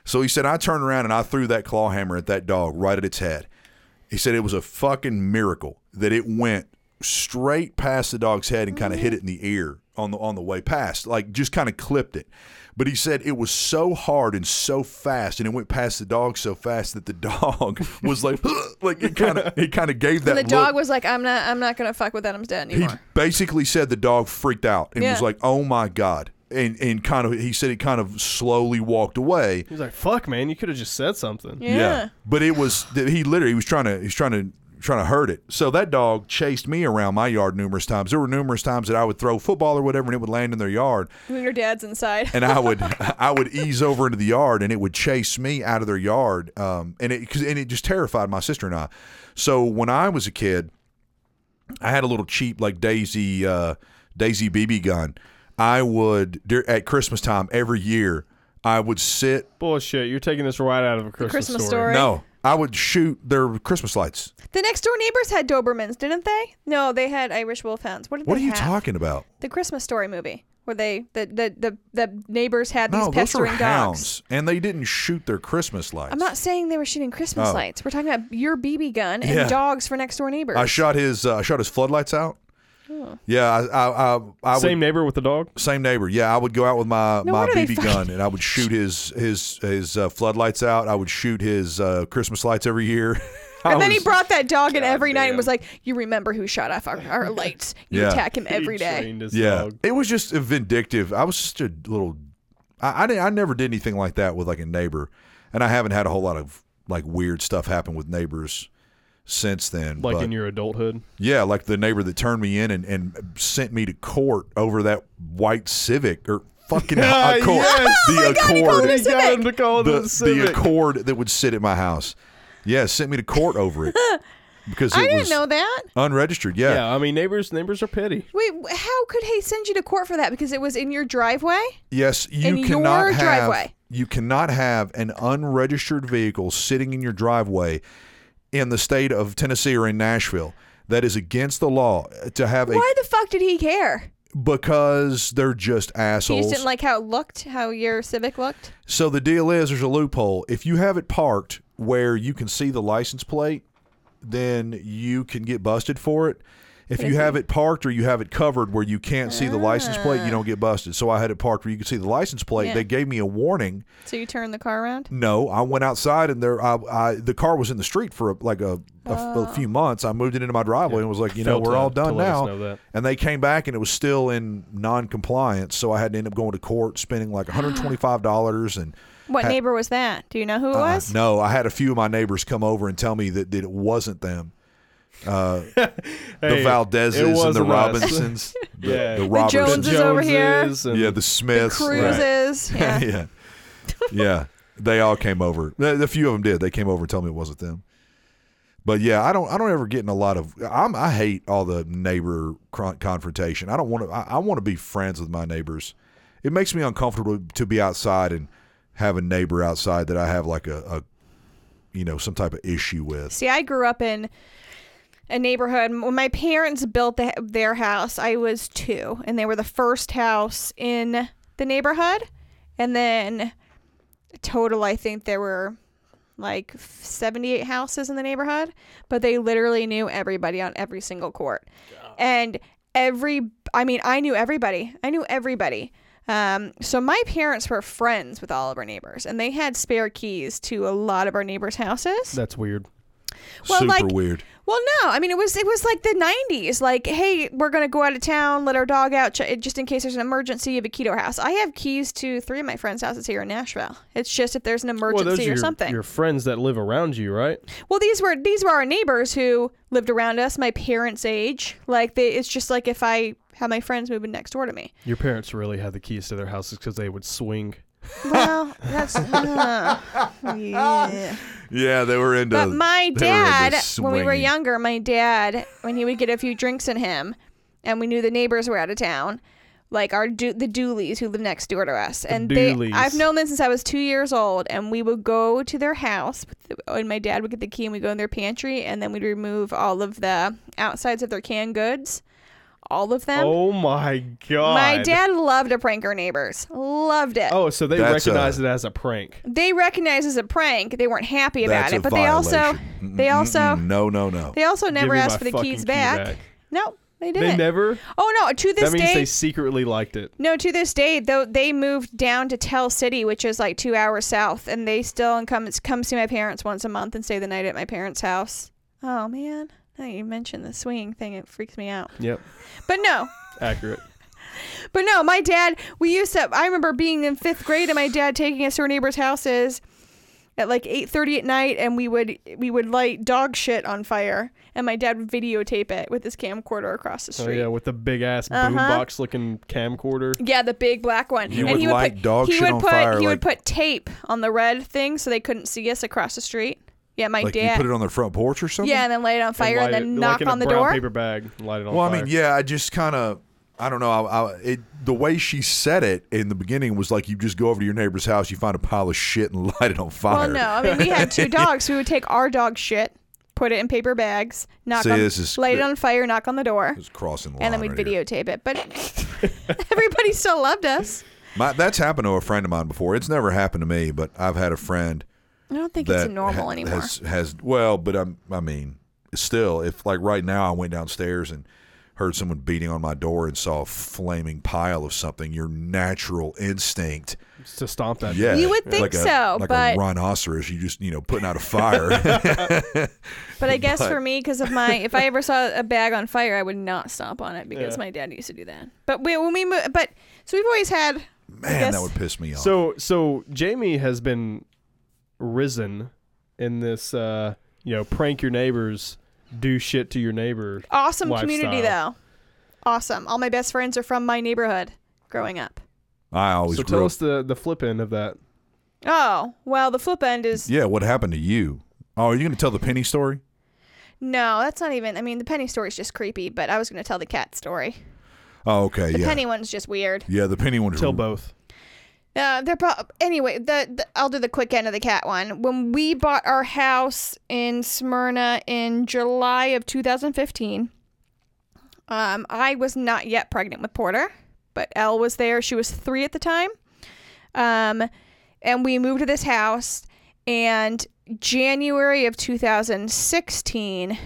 Speaker 1: So he said I turned around and I threw that claw hammer at that dog right at its head. He said it was a fucking miracle that it went straight past the dog's head and kind of hit it in the ear on the on the way past, like just kind of clipped it. But he said it was so hard and so fast, and it went past the dog so fast that the dog was like, like it kind of, it kind of gave that.
Speaker 3: And the
Speaker 1: look.
Speaker 3: dog was like, "I'm not, I'm not gonna fuck with Adam's dad
Speaker 1: He
Speaker 3: anymore."
Speaker 1: basically said the dog freaked out and
Speaker 3: Yeah.
Speaker 1: was like, "Oh my god!" and and kind of he said he kind of slowly walked away.
Speaker 2: He's like, fuck, man, you could have just said something.
Speaker 3: yeah.
Speaker 1: but it was that he literally he was trying to he was trying to trying to hurt it. So that dog chased me around my yard numerous times. There were numerous times that I would throw football or whatever, and it would land in their yard,
Speaker 3: When your dad's inside.
Speaker 1: and I would I would ease over into the yard, and it would chase me out of their yard, um, and it 'cause- and it just terrified my sister and I. So when I was a kid, I had a little cheap like Daisy uh, Daisy BB gun. I would dur- at Christmas time every year. I would sit.
Speaker 2: Bullshit. You're taking this right out of a Christmas,
Speaker 3: Christmas
Speaker 2: story.
Speaker 3: Story.
Speaker 1: No, I would shoot their Christmas lights.
Speaker 3: The next door neighbors had Dobermans, didn't they? No, they had Irish Wolfhounds. What did
Speaker 1: What
Speaker 3: they
Speaker 1: are you
Speaker 3: have?
Speaker 1: talking about?
Speaker 3: The Christmas Story movie where they the the the, the neighbors had these
Speaker 1: No, those were
Speaker 3: pestering
Speaker 1: hounds,
Speaker 3: dogs.
Speaker 1: and they didn't shoot their Christmas lights.
Speaker 3: I'm not saying they were shooting Christmas
Speaker 1: Oh.
Speaker 3: lights. We're talking about your BB gun and
Speaker 1: Yeah.
Speaker 3: dogs for next door neighbors.
Speaker 1: I shot his. Uh, I shot his floodlights out.
Speaker 3: Oh.
Speaker 1: Yeah, I, I, I, I
Speaker 2: Same
Speaker 1: would,
Speaker 2: neighbor with the dog.
Speaker 1: same neighbor. Yeah, I would go out with my
Speaker 3: No
Speaker 1: my
Speaker 3: wonder they
Speaker 1: BB
Speaker 3: fucking-
Speaker 1: gun, and I would shoot his his his uh, floodlights out. I would shoot his uh, Christmas lights every year. I
Speaker 3: and then he
Speaker 1: was-
Speaker 3: brought that dog in every night
Speaker 2: Goddamn.
Speaker 3: and was like, "You remember who shot off our, our lights? You
Speaker 1: Yeah.
Speaker 3: attack him every
Speaker 2: He
Speaker 3: day."
Speaker 2: trained his
Speaker 1: yeah,
Speaker 2: dog.
Speaker 1: it was just vindictive. I was just a little. I I, didn't, I never did anything like that with like a neighbor, and I haven't had a whole lot of like weird stuff happen with neighbors since then.
Speaker 2: Like
Speaker 1: but-
Speaker 2: in your adulthood.
Speaker 1: Yeah, like the neighbor that turned me in and, and sent me to court over that white Civic or fucking
Speaker 2: Ah,
Speaker 1: Accord.
Speaker 2: yes.
Speaker 3: Oh
Speaker 1: The Accord.
Speaker 3: it a
Speaker 2: got him to call
Speaker 1: the,
Speaker 2: the,
Speaker 1: the
Speaker 2: Civic.
Speaker 1: Accord that would sit at my house. Yeah, sent me to court over it because it
Speaker 3: I didn't
Speaker 1: was
Speaker 3: know that.
Speaker 1: unregistered. Yeah.
Speaker 2: Yeah, I mean neighbors. Neighbors are petty.
Speaker 3: Wait, wh- how could he send you to court for that? Because it was in your driveway.
Speaker 1: Yes, you
Speaker 3: In your
Speaker 1: cannot have
Speaker 3: driveway.
Speaker 1: you cannot have an unregistered vehicle sitting in your driveway in the state of Tennessee or in Nashville. That is against the law to have a
Speaker 3: Why the fuck did he care?
Speaker 1: because they're just
Speaker 3: He
Speaker 1: assholes.
Speaker 3: just didn't like how it looked, how your Civic looked.
Speaker 1: So the deal is there's a loophole. If you have it parked where you can see the license plate, then you can get busted for it. If you have it parked or you have it covered where you can't see the license plate, you don't get busted. So I had it parked where you could see the license plate.
Speaker 3: Yeah.
Speaker 1: They gave me a warning.
Speaker 3: So you turned the car around.
Speaker 1: No, I went outside and there I, I the car was in the street for like a, a, a few months. I moved it into my driveway and was like, you know,
Speaker 2: Failed
Speaker 1: we're
Speaker 2: to-
Speaker 1: all
Speaker 2: to
Speaker 1: done
Speaker 2: let us
Speaker 1: now.
Speaker 2: know that.
Speaker 1: And they came back and it was still in non-compliance, so I had to end up going to court, spending like $125 and
Speaker 3: What
Speaker 1: Ha-
Speaker 3: neighbor was that? Do you know who it
Speaker 1: uh,
Speaker 3: was?
Speaker 1: no, I had a few of my neighbors come over and tell me that, that it wasn't them. Uh, the
Speaker 2: Hey,
Speaker 1: Valdezes
Speaker 2: it
Speaker 1: and the
Speaker 2: wasn't us.
Speaker 1: Robinsons. the,
Speaker 2: Yeah.
Speaker 1: the
Speaker 2: The
Speaker 1: Robertsons.
Speaker 3: Joneses over here.
Speaker 2: Joneses and-
Speaker 1: yeah, the Smiths. Right.
Speaker 3: Cruises. Yeah.
Speaker 1: yeah. Yeah. They all came over. The, the few of them did. They came over and told me it wasn't them. But yeah, I don't. I don't ever get in a lot of. I'm, I hate all the neighbor cron- confrontation. I don't want to. I, I want to be friends with my neighbors. It makes me uncomfortable to be outside and have a neighbor outside that I have like a, a you know, some type of issue with.
Speaker 3: See, I grew up in a neighborhood. When my parents built the, their house, I was two, and they were the first house in the neighborhood. And then, total, I think there were like 78 houses in the neighborhood, but they literally knew everybody on every single court. And every, I mean, I knew everybody. I knew everybody. Um, so my parents were friends with all of our neighbors, and they had spare keys to a lot of our neighbors' houses.
Speaker 2: That's weird.
Speaker 3: Well,
Speaker 1: Super
Speaker 3: like-
Speaker 1: weird.
Speaker 3: Well, no, I mean it was it was like the '90s. Like, hey, we're gonna go out of town, let our dog out, ch- just in case there's an emergency. You have a key to our house. I have keys to three of my friends' houses here in Nashville. It's just if there's an
Speaker 2: Well,
Speaker 3: emergency
Speaker 2: those are
Speaker 3: or
Speaker 2: your,
Speaker 3: something.
Speaker 2: your friends that live around you, right?
Speaker 3: Well, these were these were our neighbors who lived around us, my parents' age. Like, they, it's just like if I had my friends moving next door to me.
Speaker 2: Your parents really had the keys to their houses because they would swing.
Speaker 3: Well, that's uh, yeah.
Speaker 1: Yeah, they were into.
Speaker 3: But my
Speaker 1: they were into
Speaker 3: dad, when we were
Speaker 1: swinging.
Speaker 3: younger, my dad, when he would get a few drinks in him, and we knew the neighbors were out of town, like our do- the Dooleys who live next door to us, and
Speaker 2: Dooleys.
Speaker 3: they, I've known them since I was two years old, and we would go to their house, with the- and my dad would get the key, and we'd go in their pantry, and then we'd remove all of the outsides of their canned goods, all of them.
Speaker 2: oh my god!
Speaker 3: My dad loved to prank our neighbors, loved it.
Speaker 2: Oh, so they
Speaker 1: That's
Speaker 2: recognized
Speaker 1: a-
Speaker 2: it as a prank.
Speaker 3: They recognized it as a prank. They weren't happy about
Speaker 1: That's
Speaker 3: it,
Speaker 1: a
Speaker 3: but they also,
Speaker 1: violation. Mm,
Speaker 3: they
Speaker 1: mm,
Speaker 3: also.
Speaker 1: mm, no, no, no.
Speaker 3: They also never
Speaker 2: me my
Speaker 3: asked for the
Speaker 2: fucking
Speaker 3: keys
Speaker 2: key
Speaker 3: back.
Speaker 2: back.
Speaker 3: No, they didn't.
Speaker 2: They never.
Speaker 3: oh no, to this
Speaker 2: That means
Speaker 3: day.
Speaker 2: they secretly liked it.
Speaker 3: no, to this day, though they moved down to Tell City, which is like two hours south, and they still and come come see my parents once a month and stay the night at my parents' house. Oh man, now you mentioned the swinging thing, it freaks me out.
Speaker 2: Yep,
Speaker 3: But no,
Speaker 2: accurate. Oh,
Speaker 3: But no, my dad, we used to, I remember being in fifth grade and my dad taking us to our neighbors' houses at like 8:30 at night and we would we would light dog shit on fire and my dad would videotape it with his camcorder across the
Speaker 2: Oh
Speaker 3: street.
Speaker 2: yeah, with the big ass
Speaker 3: Uh-huh.
Speaker 2: boombox looking camcorder.
Speaker 3: Yeah, the big black one.
Speaker 1: You
Speaker 3: and
Speaker 1: would
Speaker 3: he would
Speaker 1: light
Speaker 3: put,
Speaker 1: dog
Speaker 3: he
Speaker 1: shit
Speaker 3: would
Speaker 1: on
Speaker 3: put,
Speaker 1: fire,
Speaker 3: He
Speaker 1: like-
Speaker 3: would put tape on the red thing so they couldn't see us across the street. Yeah, my
Speaker 1: like
Speaker 3: dad.
Speaker 1: you put it on their front porch or something.
Speaker 3: yeah, and then light it on fire
Speaker 2: light
Speaker 3: and,
Speaker 2: it-
Speaker 3: then
Speaker 2: like
Speaker 3: knock
Speaker 2: in
Speaker 3: on
Speaker 2: a
Speaker 3: the
Speaker 2: brown
Speaker 3: door.
Speaker 2: Paper bag, and light it on
Speaker 1: Well,
Speaker 2: fire.
Speaker 1: I mean, yeah, I just kind of, I don't know. I, I, it, the way she said it in the beginning was like you just go over to your neighbor's house, you find a pile of shit and light it on
Speaker 3: Well,
Speaker 1: fire.
Speaker 3: no, I mean we had two dogs. We would take our dog shit, put it in paper bags, knock
Speaker 1: See,
Speaker 3: on,
Speaker 1: this is-
Speaker 3: light it on fire, knock on the door,
Speaker 1: It's crossing the line.
Speaker 3: and then we'd
Speaker 1: right here.
Speaker 3: videotape it. But everybody still loved us.
Speaker 1: My, that's happened to a friend of mine before. It's never happened to me, but I've had a friend
Speaker 3: I don't think
Speaker 1: that
Speaker 3: it's normal
Speaker 1: ha-
Speaker 3: anymore.
Speaker 1: Has, has well, but I'm, I mean, still, if like right now I went downstairs and heard someone beating on my door and saw a flaming pile of something, your natural instinct,
Speaker 2: Just to stomp that.
Speaker 1: yeah,
Speaker 3: You would think
Speaker 1: like a-
Speaker 3: so,
Speaker 1: like
Speaker 3: but-
Speaker 1: a rhinoceros, you just you know putting out a fire.
Speaker 3: But I guess
Speaker 1: But-
Speaker 3: for me, because of my, if I ever saw a bag on fire, I would not stomp on it because
Speaker 2: Yeah.
Speaker 3: my dad used to do that. But we, when we moved, but so we've always had.
Speaker 1: Man, that
Speaker 3: guess-
Speaker 1: would piss me off.
Speaker 2: So so Jamie has been risen in this uh you know, prank your neighbors, do shit to your neighbor.
Speaker 3: Awesome community
Speaker 2: Lifestyle.
Speaker 3: though. Awesome. All my best friends are from my neighborhood growing up.
Speaker 1: I always
Speaker 2: so
Speaker 1: Oh, grew
Speaker 2: tell
Speaker 1: up-
Speaker 2: us the the flip end of that.
Speaker 3: Oh, well, the flip end is
Speaker 1: Yeah, what happened to you? Oh, are you going to tell the penny story?
Speaker 3: no, that's not even. I mean, the penny story's just creepy, but I was going to tell the cat story.
Speaker 1: Oh, okay,
Speaker 3: The
Speaker 1: yeah,
Speaker 3: penny one's just weird.
Speaker 1: yeah, the penny one.
Speaker 2: Tell both.
Speaker 3: Uh, they're pro- anyway. The, the I'll do the quick end of the cat one. When we bought our house in Smyrna in July of 2015, um, I was not yet pregnant with Porter, but Elle was there. She was three at the time, um, and we moved to this house. And January of 2016,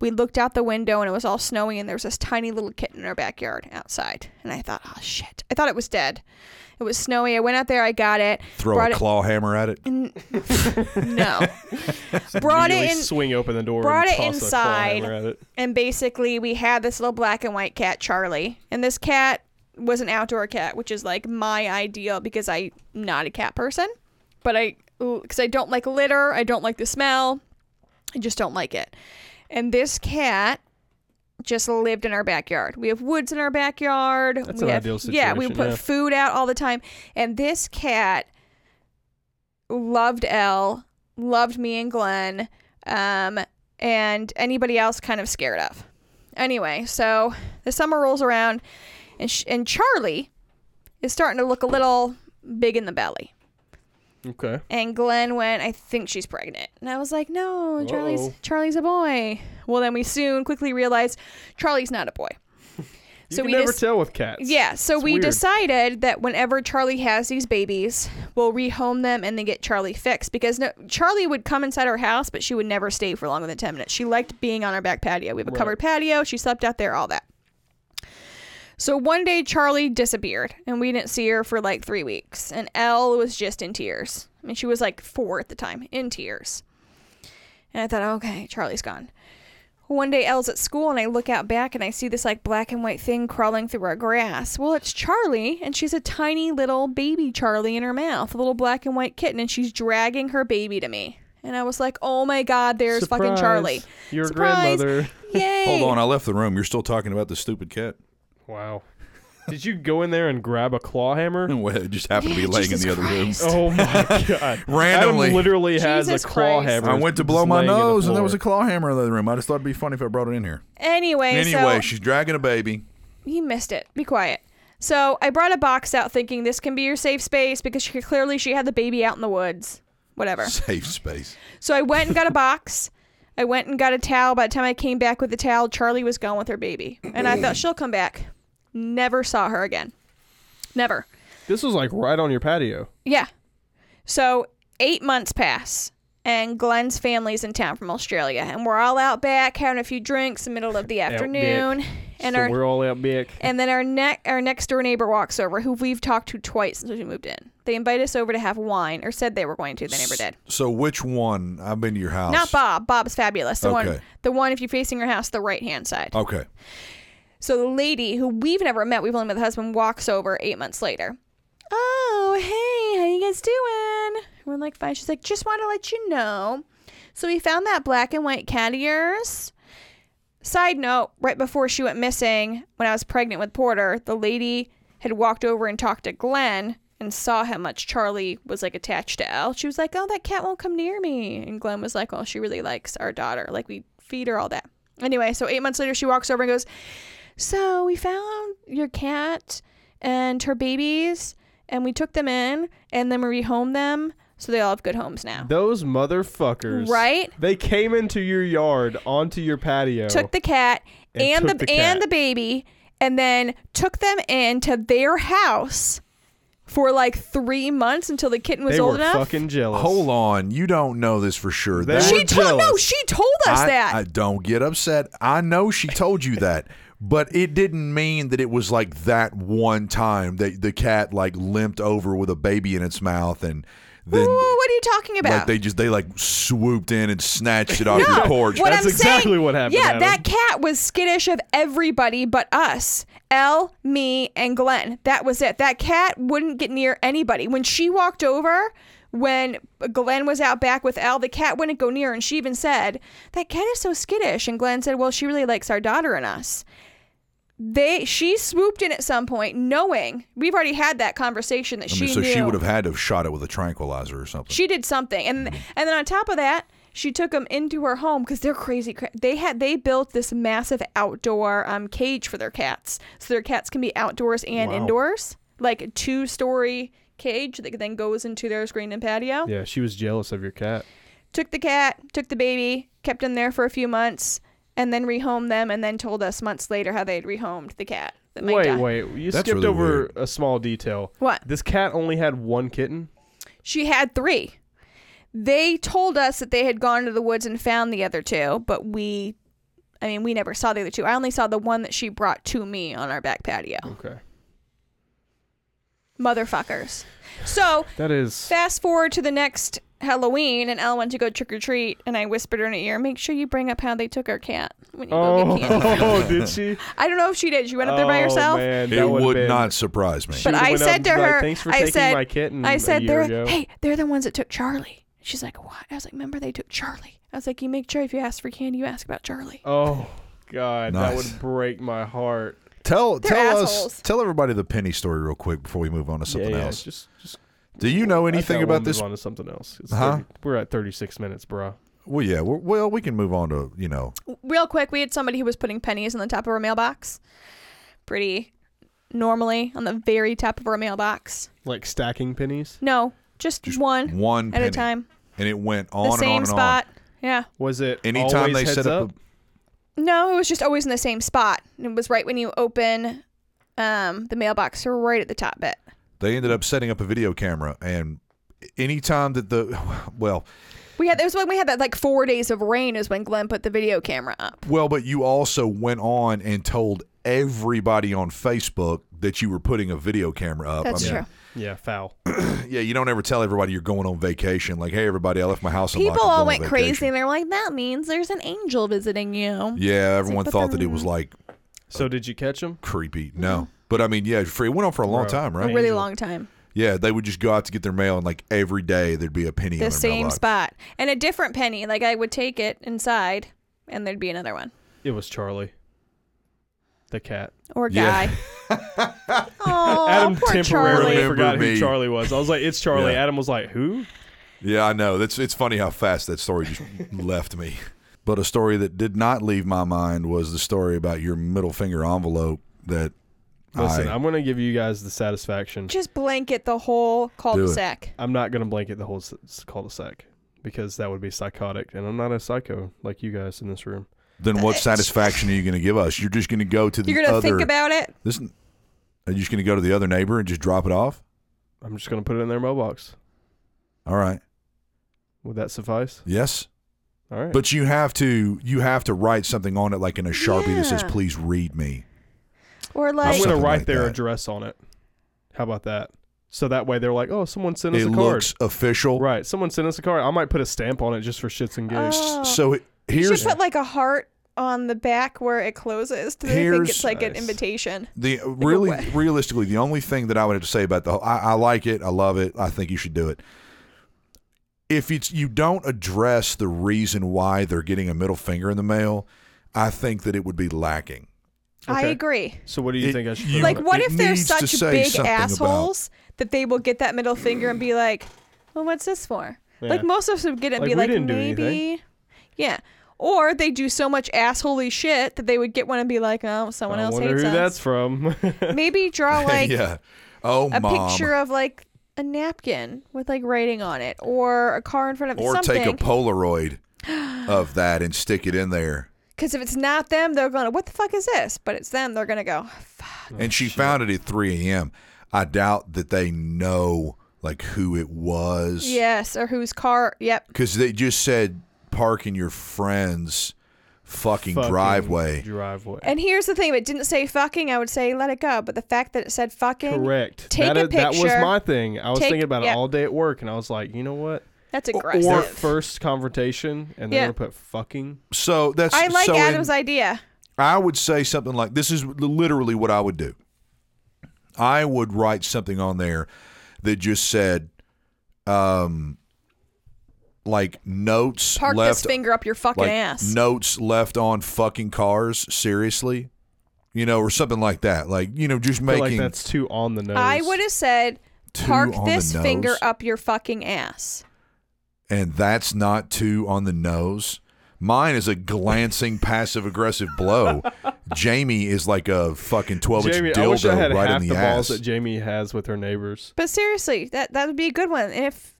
Speaker 3: we looked out the window and it was all snowy, and there was this tiny little kitten in our backyard outside. And I thought, oh shit! I thought it was dead. It was snowy. I went out there. I got it.
Speaker 1: Throw
Speaker 3: brought
Speaker 1: a
Speaker 3: it-
Speaker 1: claw hammer at it.
Speaker 3: N- no.
Speaker 2: Just
Speaker 3: Brought it
Speaker 2: immediately
Speaker 3: in-
Speaker 2: swing open the door
Speaker 3: brought
Speaker 2: and
Speaker 3: it
Speaker 2: toss a
Speaker 3: inside.
Speaker 2: claw hammer at it.
Speaker 3: And basically, we had this little black and white cat, Charlie. And this cat was an outdoor cat, which is like my ideal because I'm not a cat person. But I, because I don't like litter, I don't like the smell, I just don't like it. And this cat just lived in our backyard. We have woods in our backyard.
Speaker 2: That's
Speaker 3: we
Speaker 2: an
Speaker 3: have,
Speaker 2: ideal
Speaker 3: Yeah, we
Speaker 2: situation,
Speaker 3: put
Speaker 2: yeah.
Speaker 3: food out all the time. And this cat loved Elle, loved me and Glenn, um, and anybody else kind of scared of. Anyway, so the summer rolls around, and sh- and Charlie is starting to look a little big in the belly.
Speaker 2: Okay.
Speaker 3: And Glenn went, I think she's pregnant. And I was like, no, Charlie's
Speaker 2: Uh-oh.
Speaker 3: Charlie's a boy. Well, then we soon quickly realized Charlie's not a boy.
Speaker 2: You
Speaker 3: So
Speaker 2: can
Speaker 3: we
Speaker 2: never
Speaker 3: just-
Speaker 2: tell with cats.
Speaker 3: Yeah, so
Speaker 2: It's
Speaker 3: we
Speaker 2: weird.
Speaker 3: decided that whenever Charlie has these babies, we'll rehome them and then get Charlie fixed because no, Charlie would come inside our house, but she would never stay for longer than 10 minutes. She liked being on our back patio. We have a
Speaker 2: Right.
Speaker 3: covered patio. She slept out there, all that. So one day Charlie disappeared and we didn't see her for like three weeks. And Elle was just in tears. I mean, she was like four at the time, in tears. And I thought, okay, Charlie's gone. One day Elle's at school and I look out back and I see this like black and white thing crawling through our grass. Well, it's Charlie and she's a tiny little baby Charlie in her mouth, a little black and white kitten, and she's dragging her baby to me. And I was like, oh my God, there's fucking
Speaker 2: Surprise.
Speaker 3: Charlie.
Speaker 2: Your
Speaker 3: Surprise.
Speaker 2: grandmother.
Speaker 3: Yay.
Speaker 1: Hold on, I left the room. You're still talking about the stupid cat.
Speaker 2: Wow. Did you go in there and grab a claw hammer?
Speaker 1: Well, it just happened to be
Speaker 3: Yeah,
Speaker 1: laying
Speaker 3: Jesus
Speaker 1: in the other
Speaker 3: Christ.
Speaker 2: Oh my god.
Speaker 1: Randomly.
Speaker 2: Adam literally has
Speaker 3: Jesus
Speaker 2: a claw
Speaker 3: Christ.
Speaker 2: hammer.
Speaker 1: room. I went to
Speaker 2: just
Speaker 1: blow my
Speaker 2: laying in the
Speaker 1: nose, and there was a
Speaker 2: floor.
Speaker 1: claw hammer in the other room. I just thought it'd be funny if I brought it in here.
Speaker 3: Anyway,
Speaker 1: anyway,
Speaker 3: so
Speaker 1: she's dragging a baby.
Speaker 3: he missed it. Be quiet. So I brought a box out thinking this can be your safe space because she, clearly she had the baby out in the woods. Whatever.
Speaker 1: Safe space.
Speaker 3: So I went and got a box. I went and got a towel. By the time I came back with the towel, Charlie was gone with her baby. And I thought, she'll come back. Never saw her again. Never.
Speaker 2: This was like right on your patio.
Speaker 3: Yeah. So eight months pass, and Glenn's family's in town from Australia. And we're all out back having a few drinks in the middle of the
Speaker 2: back.
Speaker 3: afternoon. And
Speaker 2: so
Speaker 3: our
Speaker 2: we're all out big.
Speaker 3: And then our neck our next door neighbor walks over, who we've talked to twice since we moved in. They invite us over to have wine, or said they were going to. They never did.
Speaker 1: So which one? I've been to your house.
Speaker 3: Not Bob. Bob's fabulous. The one,
Speaker 1: Okay. Oh.
Speaker 3: the one if you're facing your house, the right hand side.
Speaker 1: Okay.
Speaker 3: So the lady who we've never met, we've only met the husband, walks over eight months later. Oh, hey, how you guys doing? And we're like, fine. She's like, just want to let you know. So we found that black and white cat of yours. Side note, right before she went missing, when I was pregnant with Porter, the lady had walked over and talked to Glenn and saw how much Charlie was like attached to Elle. She was like, Oh, that cat won't come near me. And Glenn was like, Well, she really likes our daughter. Like, we feed her all that. Anyway, so eight months later, she walks over and goes, So we found your cat and her babies, and we took them in, and then we rehomed them. So they all have good homes now.
Speaker 2: Those motherfuckers.
Speaker 3: Right?
Speaker 2: They came into your yard, onto your patio.
Speaker 3: took the cat
Speaker 2: Oh. And
Speaker 3: and,
Speaker 2: took
Speaker 3: the,
Speaker 2: the
Speaker 3: and
Speaker 2: cat.
Speaker 3: the baby and then took them into their house for like three months until the kitten was
Speaker 2: they
Speaker 3: old
Speaker 2: were
Speaker 3: enough.
Speaker 2: fucking jealous.
Speaker 1: Hold on, you don't know this for sure.
Speaker 2: They were
Speaker 3: she told no,
Speaker 2: jealous.
Speaker 3: she told us
Speaker 1: I,
Speaker 3: that.
Speaker 1: I don't get upset. I know she told you that, but it didn't mean that it was like that one time that the cat like limped over with a baby in its mouth and then
Speaker 3: Whoa, whoa, what are you talking about?
Speaker 1: like they just they like swooped in and snatched it off
Speaker 3: no,
Speaker 1: your porch.
Speaker 3: what
Speaker 2: That's
Speaker 3: I'm
Speaker 2: exactly
Speaker 3: saying,
Speaker 2: what happened,
Speaker 3: Yeah,
Speaker 2: Adam.
Speaker 3: that cat was skittish of everybody but us. Elle, me, and Glenn. That was it. That cat wouldn't get near anybody. When she walked over, when Glenn was out back with Elle, the cat wouldn't go near, and she even said, "That cat is so skittish." And Glenn said, "Well, she really likes our daughter and us." They, she swooped in at some point, knowing we've already had that conversation that
Speaker 1: I mean,
Speaker 3: she
Speaker 1: so
Speaker 3: knew
Speaker 1: she would have had to have shot it with a tranquilizer or something.
Speaker 3: she did something and and then on top of that she took them into her home because they're crazy cra- they had they built this massive outdoor um, cage for their cats so their cats can be outdoors and
Speaker 2: Wow.
Speaker 3: indoors like a two story cage that then goes into their screened in patio
Speaker 2: Yeah, she was jealous of your cat.
Speaker 3: took the cat took the baby kept them there for a few months and then rehomed them and then told us months later how they had rehomed the cat that Mike
Speaker 2: Wait,
Speaker 3: got.
Speaker 2: wait. You
Speaker 1: That's
Speaker 2: skipped
Speaker 1: really
Speaker 2: over
Speaker 1: weird.
Speaker 2: a small detail.
Speaker 3: What?
Speaker 2: This cat only had one kitten.
Speaker 3: She had three. They told us that they had gone to the woods and found the other two, but we, I mean, we never saw the other two. I only saw the one that she brought to me on our back patio.
Speaker 2: Okay.
Speaker 3: Motherfuckers. So
Speaker 2: That is.
Speaker 3: fast forward to the next Halloween, and Elle went to go trick or treat, and I whispered in her ear, "Make sure you bring up how they took our cat when you go
Speaker 2: Oh,
Speaker 3: get candy."
Speaker 2: did she?
Speaker 3: I don't know if she did. She went up there by
Speaker 2: Oh,
Speaker 3: herself.
Speaker 2: man, that
Speaker 1: it
Speaker 2: would've
Speaker 1: would
Speaker 2: been-
Speaker 1: not surprise me.
Speaker 2: She
Speaker 3: But
Speaker 2: would've
Speaker 3: I
Speaker 2: went up
Speaker 3: said
Speaker 2: and
Speaker 3: to
Speaker 2: be like,
Speaker 3: her,
Speaker 2: "Thanks for
Speaker 3: I
Speaker 2: taking
Speaker 3: said-
Speaker 2: my kitten."
Speaker 3: I
Speaker 2: a
Speaker 3: said,
Speaker 2: year
Speaker 3: they're,
Speaker 2: ago."
Speaker 3: hey, they're the ones that took Charlie. She's like, what? I was like, remember they took Charlie. I was like, you make sure if you ask for candy, you ask about Charlie.
Speaker 2: Oh God, that
Speaker 1: Nice.
Speaker 2: would break my heart.
Speaker 1: Tell
Speaker 3: They're
Speaker 1: tell us
Speaker 3: assholes.
Speaker 1: tell everybody the penny story real quick before we move on to something
Speaker 2: Yeah, yeah,
Speaker 1: else.
Speaker 2: Just, just
Speaker 1: Do you know
Speaker 2: I think
Speaker 1: anything
Speaker 2: we'll
Speaker 1: about
Speaker 2: move
Speaker 1: this? Uh-huh.
Speaker 2: On to something else. It's
Speaker 1: Huh?
Speaker 2: 30 we're at 36 minutes, bro.
Speaker 1: Well, yeah. We're, well, we can move on to you know
Speaker 3: Real quick, we had somebody who was putting pennies on the top of her mailbox. Pretty normally on the very top of her mailbox.
Speaker 2: Like stacking pennies.
Speaker 3: No, just,
Speaker 1: Just
Speaker 3: one
Speaker 1: one
Speaker 3: at
Speaker 1: penny,
Speaker 3: a time.
Speaker 1: and it went
Speaker 3: The
Speaker 1: on and on
Speaker 3: same
Speaker 1: and
Speaker 3: spot. Yeah.
Speaker 2: Was it
Speaker 1: on. Anytime
Speaker 2: always
Speaker 1: they
Speaker 2: heads
Speaker 1: set up, a,
Speaker 3: No, it was just always in the same spot. And It was right when you open um, the mailbox, or right at the top bit.
Speaker 1: they ended up setting up a video camera, and anytime that the well,
Speaker 3: We had it was when we had that like four days of rain is when Glenn put the video camera up.
Speaker 1: well, but you also went on and told everybody on Facebook that you were putting a video camera up.
Speaker 3: That's true.
Speaker 2: yeah, foul.
Speaker 1: true. Yeah, you don't ever tell everybody you're going on vacation. Like, hey, everybody, I left my house. unlocked.
Speaker 3: People
Speaker 1: I'm
Speaker 3: all
Speaker 1: going on
Speaker 3: went crazy
Speaker 1: vacation."
Speaker 3: and they're like, that means there's an angel visiting you.
Speaker 1: Yeah, everyone
Speaker 3: but
Speaker 1: thought
Speaker 3: they're
Speaker 1: that it was like
Speaker 2: So did you catch him?
Speaker 1: creepy. No, but I mean, yeah, for, it went on for a long
Speaker 2: Bro.
Speaker 1: time,
Speaker 3: A
Speaker 1: right?
Speaker 3: really
Speaker 2: Angel.
Speaker 3: long time.
Speaker 1: Yeah, they would just go out to get their mail, and like every day there'd be a penny. on
Speaker 3: The
Speaker 1: their
Speaker 3: same
Speaker 1: mailbox.
Speaker 3: spot. And a different penny. Like I would take it inside and there'd be another one.
Speaker 2: It was Charlie, the cat.
Speaker 3: Or
Speaker 1: Yeah.
Speaker 3: guy. Oh,
Speaker 2: Adam
Speaker 3: poor
Speaker 2: temporarily
Speaker 3: Charlie.
Speaker 1: Remember
Speaker 2: forgot
Speaker 1: me.
Speaker 2: who Charlie was. I was like, "It's Charlie."
Speaker 1: Yeah.
Speaker 2: Adam was like, "Who?"
Speaker 1: Yeah, I know. That's it's funny how fast that story just left me. But a story that did not leave my mind was the story about your middle finger envelope that
Speaker 2: Listen,
Speaker 1: I
Speaker 2: I'm gonna give you guys the satisfaction.
Speaker 3: Just blanket the whole cul-de-sac.
Speaker 2: I'm not gonna blanket the whole s- s- cul-de-sac because that would be psychotic, and I'm not a psycho like you guys in this room.
Speaker 1: then what satisfaction are you going to give us? You're just going to go to the
Speaker 3: You're gonna
Speaker 1: other
Speaker 3: think about it.
Speaker 1: this are you just going to go to the other neighbor and just drop it off?
Speaker 2: I'm just gonna put it in their mailbox.
Speaker 1: All right.
Speaker 2: Would that suffice?
Speaker 1: Yes.
Speaker 2: All right.
Speaker 1: But you have to you have to write something on it like in a Sharpie that says
Speaker 3: Yeah.
Speaker 1: please read me.
Speaker 3: Or
Speaker 2: I'm
Speaker 3: like
Speaker 1: Something
Speaker 2: gonna write
Speaker 1: like
Speaker 2: their
Speaker 1: that.
Speaker 2: address on it. How about that? So that way they're like, "Oh, someone sent us
Speaker 1: It
Speaker 2: a card."
Speaker 1: looks official.
Speaker 2: Right. Someone sent us a card. I might put a stamp on it just for shits and gigs.
Speaker 3: Oh.
Speaker 1: So it-
Speaker 3: You
Speaker 1: here's
Speaker 3: should put like a heart on the back where it closes. Do they think
Speaker 1: Here's-
Speaker 3: it's like an
Speaker 2: Nice.
Speaker 3: invitation?
Speaker 1: The really
Speaker 3: way.
Speaker 1: realistically, the only thing that I would have to say about the whole, I, I like it, I love it, I think you should do it. if it's you don't address the reason why they're getting a middle finger in the mail, I think that it would be lacking.
Speaker 3: I
Speaker 2: Okay.
Speaker 3: agree.
Speaker 2: So what do you
Speaker 1: It-
Speaker 2: think I should
Speaker 1: you-
Speaker 2: do?
Speaker 1: Like,
Speaker 3: Like,
Speaker 1: But
Speaker 3: what
Speaker 1: it
Speaker 3: if they're
Speaker 1: needs to
Speaker 3: such
Speaker 1: say
Speaker 3: big
Speaker 1: something about-
Speaker 3: assholes that they will get that middle finger and be like, "Well, what's this for?"
Speaker 2: Yeah.
Speaker 3: Like most of us would get it and
Speaker 2: Like,
Speaker 3: be
Speaker 2: we
Speaker 3: like,
Speaker 2: didn't do
Speaker 3: "Maybe."
Speaker 2: anything.
Speaker 3: Yeah. Or they do so much assholey shit that they would get one and be like, "Oh, someone
Speaker 2: I
Speaker 3: else
Speaker 2: wonder
Speaker 3: hates
Speaker 2: who
Speaker 3: us."
Speaker 2: that's from.
Speaker 3: Maybe draw like
Speaker 1: yeah. Oh,
Speaker 3: a
Speaker 1: mom.
Speaker 3: picture of like a napkin with like writing on it, or a car in front of
Speaker 1: or
Speaker 3: something.
Speaker 1: take a Polaroid of that and stick it in there.
Speaker 3: Because if it's not them, they're gonna what the fuck is this? But it's them, they're gonna go. Fuck.
Speaker 1: and she found it at 3 a.m. I doubt that they know like who it was.
Speaker 3: Yes, or whose car? Yep.
Speaker 1: Because they just said park in your friend's fucking,
Speaker 2: Fucking
Speaker 1: driveway.
Speaker 2: Driveway.
Speaker 3: And here's the thing: if it didn't say fucking, I would say let it go. But the fact that it said fucking,
Speaker 2: Correct.
Speaker 3: Take
Speaker 2: that,
Speaker 3: a
Speaker 2: is- that was
Speaker 3: picture.
Speaker 2: my thing. I was
Speaker 3: Take-
Speaker 2: thinking about
Speaker 3: yeah.
Speaker 2: it all day at work, and I was like, you know what?
Speaker 3: that's
Speaker 2: It's
Speaker 3: aggressive.
Speaker 2: their first confrontation, and they're
Speaker 3: Yeah.
Speaker 2: gonna put fucking.
Speaker 1: So that's
Speaker 3: I like
Speaker 1: so in-
Speaker 3: Adam's idea.
Speaker 1: I would say something like this is literally what I would do. I would write something on there that just said, um, like notes
Speaker 3: Park
Speaker 1: left
Speaker 3: this finger up your fucking
Speaker 1: like
Speaker 3: ass.
Speaker 1: notes left on fucking cars. Seriously, you know, or something like that. Like you know, just
Speaker 2: I feel
Speaker 1: making
Speaker 2: like that's too on the nose.
Speaker 3: I would have said
Speaker 1: two
Speaker 3: park
Speaker 1: on
Speaker 3: this
Speaker 1: the nose,
Speaker 3: finger up your fucking ass.
Speaker 1: and that's not two on the nose. Mine is a glancing passive aggressive blow. Jamie is like a fucking twelve inch
Speaker 2: Jamie, I wish
Speaker 1: dildo
Speaker 2: I had
Speaker 1: right
Speaker 2: half
Speaker 1: in
Speaker 2: the
Speaker 1: ass.
Speaker 2: balls that Jamie has with her neighbors.
Speaker 3: But seriously, that that would be a good one. And if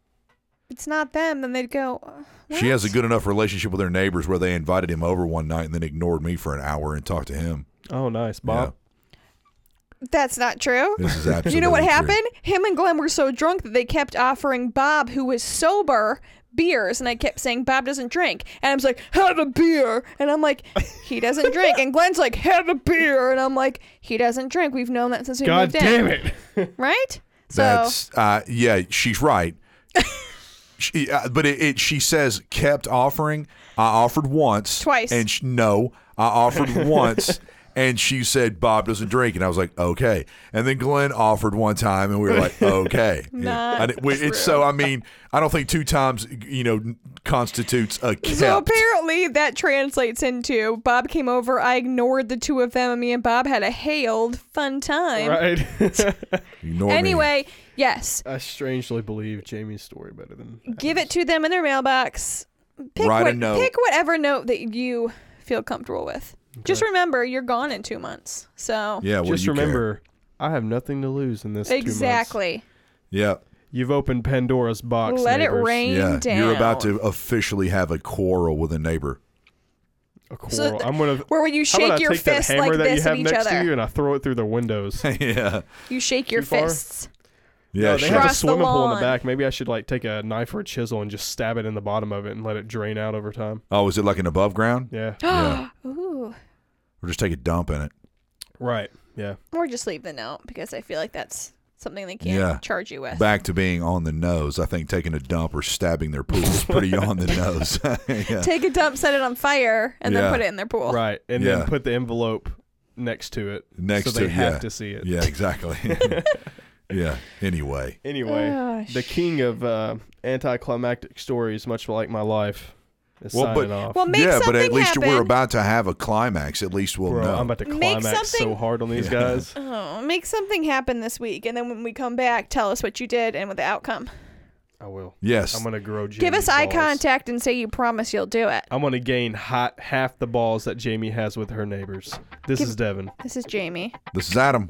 Speaker 3: it's not them, then they'd go. "Uh,
Speaker 1: She has a
Speaker 3: what?"
Speaker 1: good enough relationship with her neighbors where they invited him over one night and then ignored me for an hour and talked to him.
Speaker 2: Oh, nice, Bob.
Speaker 3: That's not true.
Speaker 1: This is absolutely
Speaker 3: You know what
Speaker 1: true.
Speaker 3: happened? Him and Glenn were so drunk that they kept offering Bob, who was sober, beers, and I kept saying Bob doesn't drink. And I was like, "Have a beer," and I'm like, "He doesn't drink." And Glenn's like, "Have a beer," and I'm like, "He doesn't drink." We've known that since we
Speaker 2: God
Speaker 3: moved in,
Speaker 2: damn it!
Speaker 3: right? So
Speaker 1: That's uh, yeah, she's right. she, uh, but it, it she says kept offering. I offered once,
Speaker 3: Twice.
Speaker 1: and sh no, I offered once. And she said Bob doesn't drink, and I was like, okay. And then Glenn offered one time, and we were like, okay.
Speaker 3: Not
Speaker 1: And it- we- it's
Speaker 3: true.
Speaker 1: so. I mean, I don't think two times, you know, constitutes a kept.
Speaker 3: So apparently that translates into Bob came over, I ignored the two of them, and me and Bob had a haled fun time.
Speaker 2: right?
Speaker 1: Ignore me.
Speaker 3: Anyway, yes.
Speaker 2: I strangely believe Jamie's story better than.
Speaker 3: Give it to them in their mailbox. Pick,
Speaker 1: Write a
Speaker 3: what-
Speaker 1: note.
Speaker 3: pick whatever note that you feel comfortable with. Just remember, you're gone in two months. So,
Speaker 1: yeah, what
Speaker 2: Just
Speaker 1: do you care?
Speaker 2: remember, I have nothing to lose in this. two months.
Speaker 3: exactly.
Speaker 1: Yeah,
Speaker 2: You've opened Pandora's box.
Speaker 3: Let it
Speaker 2: neighbors.
Speaker 3: rain
Speaker 1: yeah.
Speaker 3: down.
Speaker 1: You're about to officially have a quarrel with a neighbor.
Speaker 2: A quarrel.
Speaker 3: So th-
Speaker 2: I'm gonna.
Speaker 3: Where when you
Speaker 2: How about
Speaker 3: shake
Speaker 2: I
Speaker 3: your
Speaker 2: take that
Speaker 3: fist
Speaker 2: hammer
Speaker 3: like
Speaker 2: that you
Speaker 3: this at
Speaker 2: have
Speaker 3: each
Speaker 2: next
Speaker 3: other.
Speaker 2: to you
Speaker 3: You,
Speaker 2: and I throw it through the windows?
Speaker 1: yeah,
Speaker 3: shake your
Speaker 2: Too far?
Speaker 3: fists.
Speaker 1: yeah.
Speaker 2: no,
Speaker 1: she-
Speaker 2: they have a
Speaker 3: Across the
Speaker 2: swimming pool in
Speaker 3: lawn.
Speaker 2: the back. Maybe I should like take a knife or a chisel and just stab it in the bottom of it and let it drain out over time.
Speaker 1: Oh, is it like an above ground?
Speaker 2: Yeah.
Speaker 1: Yeah.
Speaker 3: Ooh.
Speaker 1: Or just take a dump in it.
Speaker 2: Right. Yeah.
Speaker 3: Or just leave the note because I feel like that's something they can't
Speaker 1: Yeah.
Speaker 3: charge you with.
Speaker 1: Back to being on the nose. I think taking a dump or stabbing their pool is pretty on the nose. yeah.
Speaker 3: Take a dump, set it on fire, and
Speaker 1: Yeah.
Speaker 3: then put it in their pool.
Speaker 2: Right. And
Speaker 1: Yeah.
Speaker 2: then put the envelope next to it.
Speaker 1: Next
Speaker 2: so
Speaker 1: to
Speaker 2: they
Speaker 1: it,
Speaker 2: have
Speaker 1: yeah.
Speaker 2: to see it.
Speaker 1: yeah, exactly. yeah. Anyway,
Speaker 2: Anyway,
Speaker 3: Oh,
Speaker 2: the king of uh, anticlimactic stories, much like my life, is
Speaker 1: Well,
Speaker 2: signing
Speaker 1: but-
Speaker 2: off.
Speaker 3: Well, make
Speaker 1: yeah, but at
Speaker 3: something
Speaker 1: least
Speaker 3: happen.
Speaker 1: we're about to have a climax. At least we'll
Speaker 2: Bro,
Speaker 1: know.
Speaker 2: I'm about to
Speaker 3: Make
Speaker 2: climax so
Speaker 3: something-
Speaker 2: hard on these
Speaker 1: Yeah.
Speaker 2: guys.
Speaker 3: Oh, make something happen this week, and then when we come back, tell us what you did and what the outcome.
Speaker 2: I will.
Speaker 1: yes.
Speaker 2: I'm gonna grow. Jamie's
Speaker 3: Give us eye
Speaker 2: balls.
Speaker 3: contact and say you promise you'll do it.
Speaker 2: I'm gonna gain hot, half the balls that Jamie has with her neighbors. This
Speaker 3: Give-
Speaker 2: is Devin.
Speaker 3: This is Jamie.
Speaker 1: this is Adam.